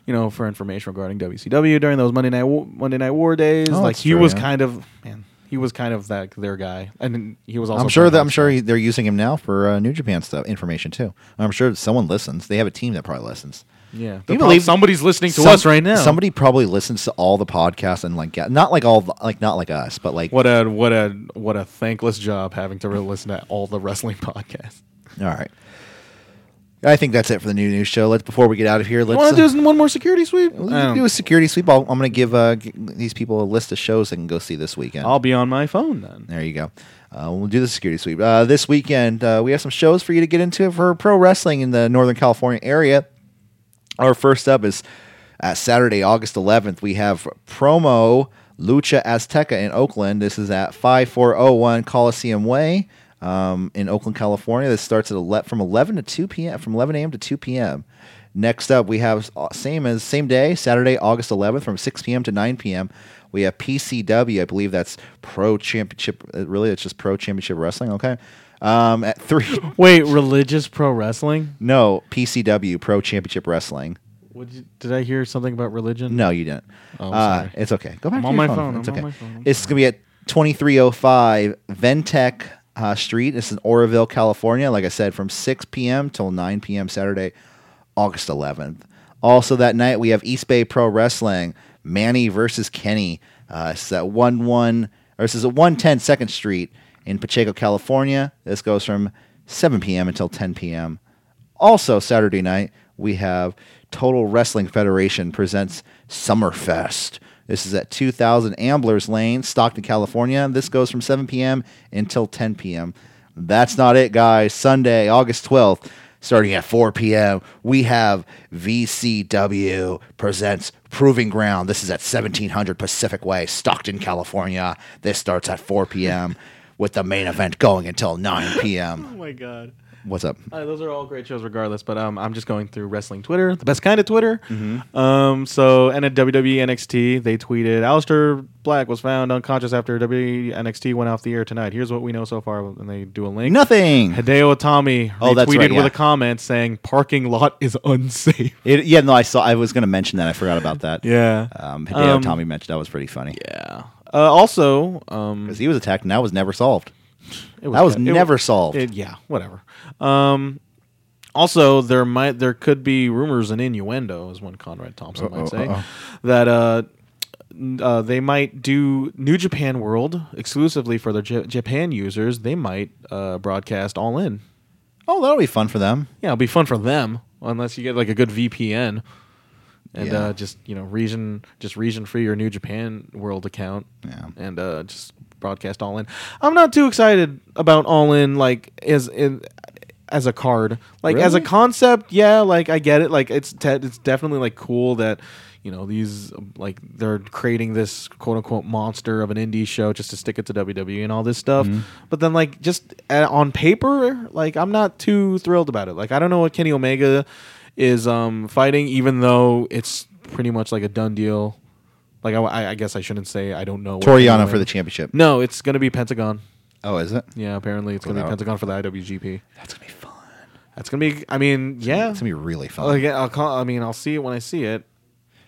Speaker 3: You know, for information regarding WCW during those Monday night Wa- Monday night War days,
Speaker 2: Oh,
Speaker 3: like
Speaker 2: that's
Speaker 3: he
Speaker 2: true,
Speaker 3: was
Speaker 2: yeah.
Speaker 3: kind of man, he was kind of that their guy, and then he was also.
Speaker 2: I'm sure that I'm
Speaker 3: sure.
Speaker 2: sure he- they're using him now for uh, New Japan stuff information too. I'm sure that someone listens. They have a team that probably listens.
Speaker 3: Yeah,
Speaker 2: Do
Speaker 3: you
Speaker 2: you believe-
Speaker 3: believe somebody's listening to
Speaker 2: Some-
Speaker 3: us right now?
Speaker 2: Somebody probably listens to all the podcasts and like yeah, not like all the- like not like us, but like
Speaker 3: What a what a what a thankless job having to re- listen to all the wrestling [LAUGHS] podcasts.
Speaker 2: all right. I think that's it for the new news show. Let's before we get out of here, let's
Speaker 3: Want
Speaker 2: uh,
Speaker 3: to do um, one more security sweep?
Speaker 2: We can do a security sweep. I'll, I'm going to give uh, g- these people a list of shows they can go see this weekend.
Speaker 3: I'll be on my phone then.
Speaker 2: there you go. Uh, we'll do the security sweep. Uh, this weekend, uh, we have some shows for you to get into for pro wrestling in the Northern California area. Our first up is uh, Saturday, August 11th. We have promo Lucha Azteca in Oakland. This is at 5401 Coliseum Way um, in Oakland, California. This starts at ele- from 11 to 2 p.m. from 11 a.m. to 2 p.m. Next up, we have uh, same as same day, Saturday, August 11th, from 6 p.m. to 9 p.m. We have PCW. I believe that's Pro Championship. uh, Really, it's just Pro Championship Wrestling. Okay, um, at three. [LAUGHS]
Speaker 3: Wait, religious pro wrestling?
Speaker 2: no, PCW Pro Championship Wrestling.
Speaker 3: Would you, did I hear something about religion?
Speaker 2: No, you didn't.
Speaker 3: Oh,
Speaker 2: uh,
Speaker 3: I'm sorry.
Speaker 2: It's okay. Go back
Speaker 3: I'm
Speaker 2: to
Speaker 3: on
Speaker 2: your
Speaker 3: my phone.
Speaker 2: It's
Speaker 3: I'm on
Speaker 2: okay.
Speaker 3: my phone. I'm
Speaker 2: It's gonna be at 2305 Ventec uh, Street. It's in Oroville, California. Like I said, from 6 p.m. till 9 p.m. Saturday, August 11th. Also that night we have East Bay Pro Wrestling, Manny versus Kenny. Uh, it's at one one or this is at 110 Second Street in Pacheco, California. This goes from 7 p.m. until 10 p.m. Also, Saturday night, we have Total Wrestling Federation presents Summerfest. This is at 2000 Amblers Lane, Stockton, California. This goes from 7 p.m. until 10 p.m. That's not it, guys. Sunday, August 12th, starting at 4 p.m., we have VCW presents Proving Ground. This is at 1700 Pacific Way, Stockton, California. [LAUGHS] This starts at 4 p.m. with the main event going until 9 p.m.
Speaker 3: Oh my god.
Speaker 2: What's up?
Speaker 3: Uh, those are all great shows, regardless. But um, I'm just going through wrestling Twitter, the best kind of Twitter.
Speaker 2: Mm-hmm.
Speaker 3: Um, so and at E WWE NXT, they tweeted: Alistair Black was found unconscious after E WWE NXT went off the air tonight. Here's what we know so far, and they do a link.
Speaker 2: Nothing.
Speaker 3: Hideo Itami
Speaker 2: Oh, that's
Speaker 3: tweeted
Speaker 2: right, yeah.
Speaker 3: with a comment saying parking lot is unsafe.
Speaker 2: It, yeah, no, I saw. I was going to mention that. I forgot about that.
Speaker 3: [LAUGHS] Yeah.
Speaker 2: Um, Hideo
Speaker 3: Um,
Speaker 2: Tommy mentioned that was pretty funny
Speaker 3: Yeah. Uh, also, um,
Speaker 2: because he was attacked and that was never solved.
Speaker 3: it
Speaker 2: That was
Speaker 3: it
Speaker 2: never solved.
Speaker 3: it- yeah, whatever. Um, also, there might there could be rumors and innuendo, as one Conrad Thompson might say, that uh, n- uh, they might do New Japan World exclusively for their J- Japan users. They might uh, broadcast All In.
Speaker 2: Oh, that'll be fun for them.
Speaker 3: Yeah, it'll be fun for them unless you get like a good VPN and
Speaker 2: Yeah.
Speaker 3: uh, just you know region just region free your New Japan World account
Speaker 2: Yeah.
Speaker 3: and uh, just broadcast All In. I'm not too excited about All In like as in as a card like as a
Speaker 2: Really?
Speaker 3: concept. Yeah, like I get it. Like it's te- it's definitely like cool that. You know these um, like they're creating this quote unquote monster of an indie show just to stick it to WWE and all this stuff,
Speaker 2: Mm-hmm.
Speaker 3: but then like just uh, on paper, like I'm not too thrilled about it. Like I don't know what Kenny Omega is um fighting, even though it's pretty much like a done deal. Like I- I, I guess I shouldn't say I don't know. what
Speaker 2: Toriano
Speaker 3: Pentagon-
Speaker 2: for the championship.
Speaker 3: No, it's gonna be Pentagon.
Speaker 2: Oh, is it?
Speaker 3: Yeah, apparently it's gonna be
Speaker 2: Without-
Speaker 3: Pentagon for the IWGP.
Speaker 2: That's gonna be fun.
Speaker 3: That's gonna be. I mean, yeah.
Speaker 2: It's gonna be really fun.
Speaker 3: Oh, yeah, I'll call. I mean, I'll see it when I see it.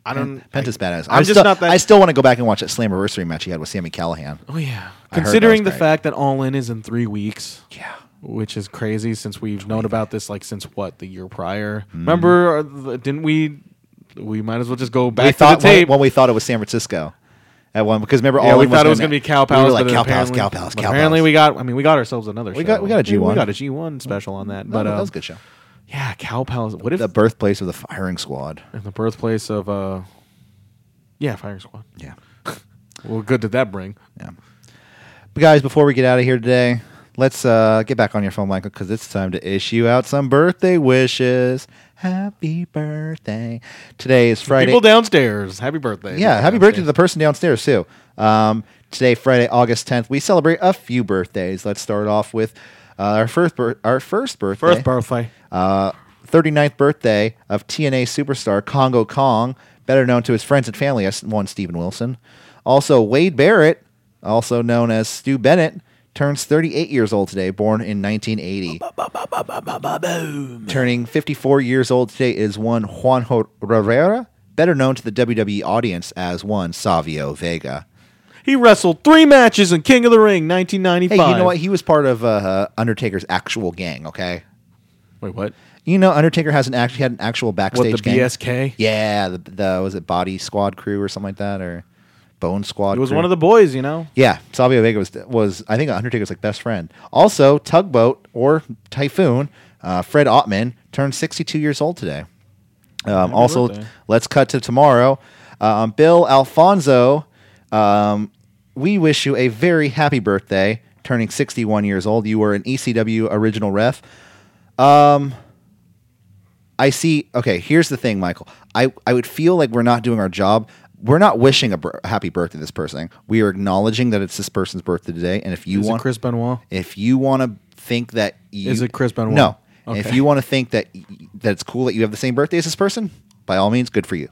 Speaker 3: I don't.
Speaker 2: Penta's badass.
Speaker 3: I'm
Speaker 2: I'm
Speaker 3: just
Speaker 2: still,
Speaker 3: not that-
Speaker 2: I still want to go back and watch that Slammiversary match he had with Sammy Callahan.
Speaker 3: oh yeah.
Speaker 2: I heard that
Speaker 3: Considering the
Speaker 2: was great.
Speaker 3: fact that All In is in three weeks.
Speaker 2: Yeah.
Speaker 3: Which is crazy since we've known about this like since what the year prior.
Speaker 2: Mm-hmm.
Speaker 3: Remember, uh, th- didn't we? We might as well just go back
Speaker 2: we
Speaker 3: to
Speaker 2: thought
Speaker 3: the tape.
Speaker 2: when, when we thought it was San Francisco at one because remember
Speaker 3: Yeah,
Speaker 2: all
Speaker 3: we
Speaker 2: in
Speaker 3: thought it was
Speaker 2: gonna-
Speaker 3: going to be cow
Speaker 2: we were
Speaker 3: pals.
Speaker 2: like
Speaker 3: but
Speaker 2: cow pals,
Speaker 3: apparently-
Speaker 2: cow pals,
Speaker 3: but
Speaker 2: cow
Speaker 3: Apparently,
Speaker 2: pals.
Speaker 3: we got. I mean, we got ourselves another.
Speaker 2: We got-
Speaker 3: show.
Speaker 2: we got a
Speaker 3: We
Speaker 2: G1.
Speaker 3: got a G one special on that. But
Speaker 2: that
Speaker 3: um,
Speaker 2: was a good show.
Speaker 3: yeah, cow pals. What if
Speaker 2: The birthplace of the firing squad.
Speaker 3: in the birthplace of uh, yeah, firing squad.
Speaker 2: Yeah.
Speaker 3: Well, good did that bring?
Speaker 2: Yeah. But guys, before we get out of here today, let's uh, get back on your phone, Michael, because it's time to issue out some birthday wishes. Happy birthday. Today is Friday.
Speaker 3: People downstairs, happy birthday.
Speaker 2: yeah,
Speaker 3: People
Speaker 2: happy birthday to
Speaker 3: downstairs.
Speaker 2: the person downstairs, too. Um, today, Friday, August 10th, we celebrate a few birthdays. Let's start off with uh, our, first bir- our first birthday.
Speaker 3: first birthday.
Speaker 2: uh, 39th birthday of TNA superstar Congo Kong, better known to his friends and family as one Stephen Wilson. Also, Wade Barrett, also known as Stu Bennett, turns 38 years old today, born in 1980. Turning 54 years old today is one Juanjo Herrera, better known to the WWE audience as one Savio Vega.
Speaker 3: He wrestled three matches in King of the Ring, nineteen ninety
Speaker 2: Hey,
Speaker 3: five.
Speaker 2: you know what? He was part of uh, Undertaker's actual gang, okay?
Speaker 3: Wait, what?
Speaker 2: You know, Undertaker has an actually had an actual backstage.
Speaker 3: the
Speaker 2: gang.
Speaker 3: BSK?
Speaker 2: Yeah, the, the was it Body Squad crew or something like that, or Bone Squad.
Speaker 3: It was
Speaker 2: crew?
Speaker 3: one of the boys, you know.
Speaker 2: Yeah, Savio Vega was was I think Undertaker's like best friend. Also, Tugboat or Typhoon, uh, Fred Ottman turned 62 years old today. Um, also,
Speaker 3: birthday.
Speaker 2: let's cut to tomorrow. Um, Bill Alfonso, um, we wish you a very happy birthday, turning 61 years old. You were an ECW original ref. I see. Okay, here's the thing, Michael. I, I would feel like we're not doing our job. We're not wishing a br- happy birthday to this person. We are acknowledging that it's this person's birthday today. And if you
Speaker 3: Is it
Speaker 2: want,
Speaker 3: Chris Benoit?
Speaker 2: if you want to think that, you,
Speaker 3: Is it Chris Benoit?
Speaker 2: No. If
Speaker 3: Okay.
Speaker 2: you want to think that y- that it's cool that you have the same birthday as this person, by all means, good for you.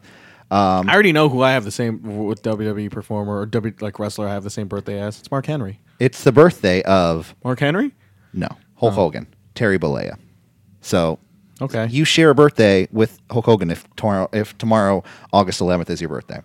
Speaker 2: Um,
Speaker 3: I already know who I have the same with WWE performer or W like wrestler. I have the same birthday as. It's Mark Henry.
Speaker 2: It's the birthday of
Speaker 3: Mark Henry.
Speaker 2: no Hulk
Speaker 3: Oh.
Speaker 2: Hogan, Terry Bollea. So
Speaker 3: Okay.
Speaker 2: you share a birthday with Hulk Hogan if tomorrow, if tomorrow August 11th is your birthday.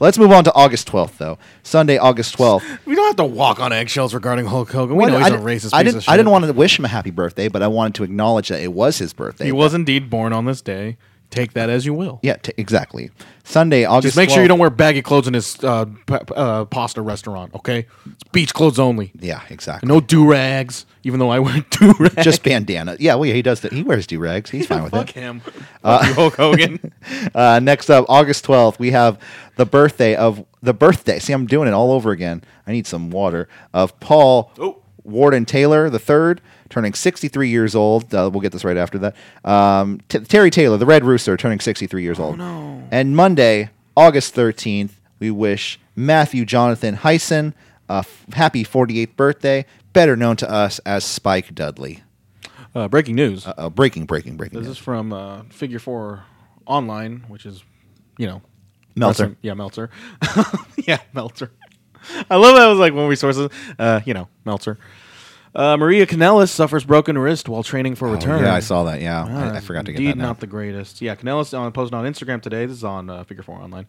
Speaker 2: Let's move on to August 12th, though. Sunday, August 12th.
Speaker 3: We don't have to walk on eggshells regarding Hulk Hogan. We
Speaker 2: Well,
Speaker 3: know he's
Speaker 2: I
Speaker 3: a
Speaker 2: di-
Speaker 3: racist
Speaker 2: I
Speaker 3: piece
Speaker 2: didn't,
Speaker 3: of shit.
Speaker 2: I didn't want to wish him a happy birthday, but I wanted to acknowledge that it was his birthday.
Speaker 3: He was indeed born on this day. Take that as you will.
Speaker 2: Yeah, t- exactly. Sunday, August.
Speaker 3: Just make sure you
Speaker 2: 12th.
Speaker 3: don't wear baggy clothes in his uh, p- p- uh, pasta restaurant. Okay, it's beach clothes only.
Speaker 2: Yeah, exactly.
Speaker 3: No do rags. Even though I wear [LAUGHS] do rags.
Speaker 2: Just bandana. Yeah, well, yeah, he does. That. He wears do rags. He's fine with
Speaker 3: fuck
Speaker 2: it.
Speaker 3: him. Fuck
Speaker 2: [LAUGHS]
Speaker 3: you, Hulk Hogan.
Speaker 2: Uh, next up, August 12th, we have the birthday of the birthday. See, I'm doing it all over again. I need some water. Of Paul
Speaker 3: Oh.
Speaker 2: Warden Taylor the third, turning 63 years old. Uh, we'll get this right after that. Um, T- Terry Taylor, the Red Rooster, turning 63
Speaker 3: Oh,
Speaker 2: years old. And Monday, August 13th, we wish Matthew Jonathan Heisen a f- happy 48th birthday, better known to us as Spike Dudley.
Speaker 3: Uh, breaking news.
Speaker 2: Uh, breaking, breaking, breaking.
Speaker 3: This
Speaker 2: news.
Speaker 3: is from uh, Figure Four Online, which is, you know,
Speaker 2: Meltzer.
Speaker 3: wrestling- Yeah, Meltzer. [LAUGHS] yeah, Meltzer. I love that. It was like when we sources, uh, you know, Meltzer. Uh, Maria Canellis suffers broken wrist while training for return.
Speaker 2: Oh, Yeah, I saw that. Yeah,
Speaker 3: Ah,
Speaker 2: I, I forgot to get
Speaker 3: indeed
Speaker 2: that. Now.
Speaker 3: not the greatest. Yeah, Canellis on, posted on Instagram today. This is on uh, Figure Four Online.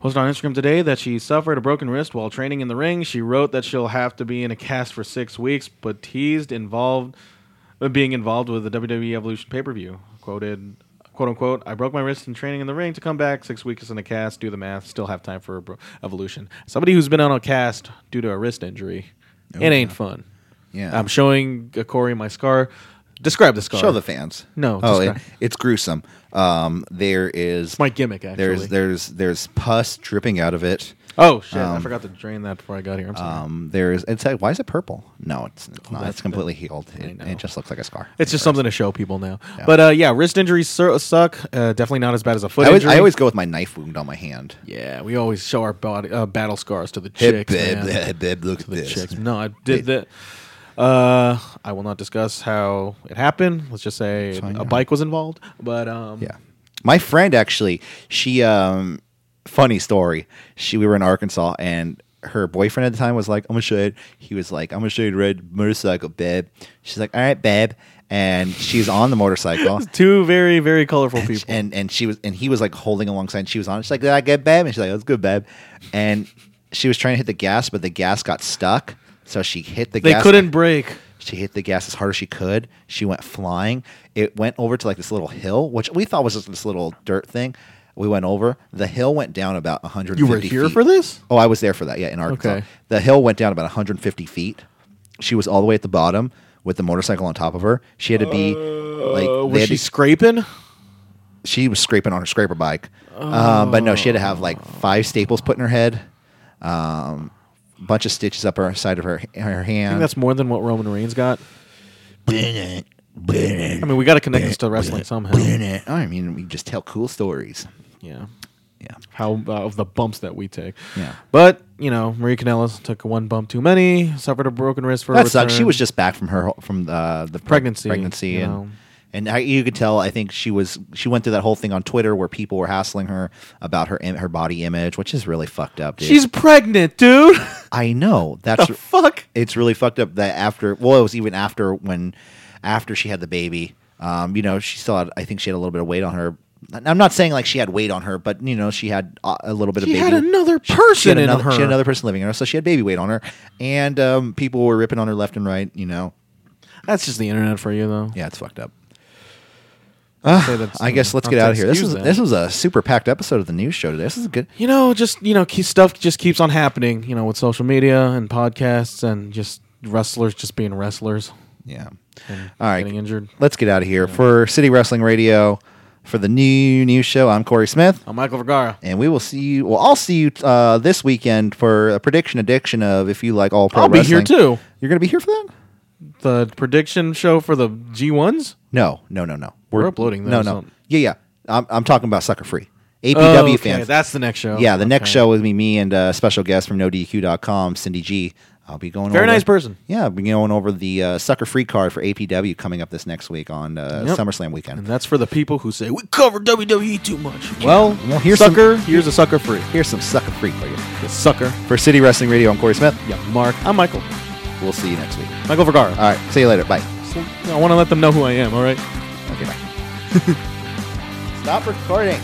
Speaker 3: Posted on Instagram today that she suffered a broken wrist while training in the ring. She wrote that she'll have to be in a cast for six weeks, but teased involved uh, being involved with the WWE Evolution pay per view. Quoted, quote unquote, "I broke my wrist in training in the ring to come back six weeks in a cast. Do the math. Still have time for a bro- Evolution. Somebody who's been on a cast due to a wrist injury, it ain't fun.
Speaker 2: Oh, Yeah.
Speaker 3: I'm showing uh, Corey my scar. Describe the scar.
Speaker 2: Show the fans.
Speaker 3: No,
Speaker 2: Oh,
Speaker 3: describe.
Speaker 2: it, it's gruesome. Um, there is
Speaker 3: my gimmick, actually.
Speaker 2: There's there's there's pus dripping out of it.
Speaker 3: Oh shit! I forgot to drain that before I got here. I'm sorry.
Speaker 2: Um, there's it's like why is it purple? No, it's, it's not.
Speaker 3: Oh, that's
Speaker 2: It's completely healed. It,
Speaker 3: know.
Speaker 2: it just looks like a scar.
Speaker 3: it's just something to show people now.
Speaker 2: Yeah.
Speaker 3: But uh, yeah, wrist injuries sur- suck. Uh, definitely not as bad as a foot
Speaker 2: I always,
Speaker 3: injury.
Speaker 2: I always go with my knife wound on my hand.
Speaker 3: yeah, we always show our body uh, battle scars to the
Speaker 2: Hip,
Speaker 3: chicks.
Speaker 2: bib,
Speaker 3: man.
Speaker 2: bib, bib, look at
Speaker 3: the
Speaker 2: this.
Speaker 3: chicks. No, I did that. Uh, I will not discuss how it happened. Let's just say a bike was involved. But um,
Speaker 2: Yeah. My friend actually, she um funny story. She we were in Arkansas and her boyfriend at the time was like, I'm gonna show you he was like, I'm gonna show you the red motorcycle, babe. She's like, All right, babe. And she's on the
Speaker 3: [LAUGHS]
Speaker 2: motorcycle.
Speaker 3: two very very colorful people.
Speaker 2: [LAUGHS] and and she was and he was like holding alongside and she was on it. she's like did i get babe and she's like that's good babe and she was trying to hit the gas but the gas got stuck so she hit the
Speaker 3: they
Speaker 2: gas
Speaker 3: couldn't break.
Speaker 2: she hit the gas as hard as she could she went flying it went over to like this little hill which we thought was just this little dirt thing we went over the hill went down about 150
Speaker 3: You were here
Speaker 2: feet.
Speaker 3: for this?
Speaker 2: oh i was there for that yeah in arkansas
Speaker 3: Okay.
Speaker 2: the hill went down about 150 feet she was all the way at the bottom with the motorcycle on top of her she had to be like
Speaker 3: Uh,
Speaker 2: they
Speaker 3: was
Speaker 2: had
Speaker 3: she
Speaker 2: to-
Speaker 3: scraping?
Speaker 2: she was scraping on her scraper bike. Um, but no, she had to have
Speaker 3: Oh.
Speaker 2: like five staples put in her head, um, bunch of stitches up her side of her her
Speaker 3: I think
Speaker 2: hand.
Speaker 3: that's more than what Roman Reigns got.
Speaker 2: Bennett, Bennett,
Speaker 3: I mean, we got to connect this to wrestling somehow.
Speaker 2: Bennett. I mean, we just tell cool stories.
Speaker 3: Yeah.
Speaker 2: Yeah.
Speaker 3: How uh, of the bumps that we take.
Speaker 2: Yeah.
Speaker 3: But, you know, Marie Canellis took one bump too many, suffered a broken wrist for a
Speaker 2: That sucks. She
Speaker 3: return.
Speaker 2: was just back from her from the, the
Speaker 3: Pregnancy,
Speaker 2: pregnancy,
Speaker 3: you
Speaker 2: and
Speaker 3: know.
Speaker 2: and I, you could tell. I think she was she went through that whole thing on Twitter where people were hassling her about her im- her body image, which is really fucked up. Dude.
Speaker 3: She's pregnant, dude. [LAUGHS]
Speaker 2: I know that's
Speaker 3: the fuck?
Speaker 2: it's really fucked up that after well it was even after when after she had the baby um you know she still had i think she had a little bit of weight on her i'm not saying like she had weight on her but you know she had a a little bit
Speaker 3: She
Speaker 2: of baby
Speaker 3: had another
Speaker 2: She- she
Speaker 3: person
Speaker 2: had
Speaker 3: in
Speaker 2: another, she
Speaker 3: her.
Speaker 2: had another person living in her so she had baby weight on her and um people were ripping on her left and right you know
Speaker 3: That's just the internet for you, though.
Speaker 2: yeah it's fucked up
Speaker 3: Say that's-
Speaker 2: i guess let's
Speaker 3: not
Speaker 2: get
Speaker 3: to
Speaker 2: out of here this
Speaker 3: excuse
Speaker 2: was
Speaker 3: that.
Speaker 2: this was a super packed episode of the news show today this is a good
Speaker 3: You know, just, you know, key stuff just keeps on happening, you know, with social media and podcasts and just wrestlers just being wrestlers.
Speaker 2: yeah
Speaker 3: And
Speaker 2: all right
Speaker 3: Getting injured.
Speaker 2: let's get out of here for city wrestling radio for the new news show i'm corey smith
Speaker 3: I'm Michael Vergara.
Speaker 2: and we will see you. Well, I'll see you uh, this weekend for a prediction addiction of if you like all pro
Speaker 3: I'll be
Speaker 2: wrestling.
Speaker 3: here, too.
Speaker 2: You're gonna be here for that?
Speaker 3: The prediction show for the G1s?
Speaker 2: No, no, no, no.
Speaker 3: We're uploading
Speaker 2: No,
Speaker 3: those
Speaker 2: no.
Speaker 3: on-
Speaker 2: Yeah, yeah. I'm, I'm talking about sucker free. APW
Speaker 3: Oh, okay,
Speaker 2: fans.
Speaker 3: That's the next show.
Speaker 2: yeah, the next
Speaker 3: Okay.
Speaker 2: show with me, me and uh, special guest from NoDQ.com, Cindy G. I'll be going
Speaker 3: Very
Speaker 2: over-
Speaker 3: nice person.
Speaker 2: Yeah, I'll be going over the uh, sucker free card for APW coming up this next week on uh,
Speaker 3: Yep.
Speaker 2: SummerSlam weekend.
Speaker 3: And that's for the people who say, we
Speaker 4: Cover WWE E too much.
Speaker 2: Well, well here's some-
Speaker 3: sucker, here's a sucker free.
Speaker 2: here's some sucker free for you.
Speaker 3: You sucker.
Speaker 2: For City Wrestling Radio, I'm Corey Smith.
Speaker 3: Yeah, Mark. I'm Michael.
Speaker 2: We'll see you next week.
Speaker 3: Michael Vergara.
Speaker 2: All right, see you later. Bye.
Speaker 3: So, I want to let them know who I am, all right?
Speaker 2: Okay, bye. [LAUGHS] Stop recording.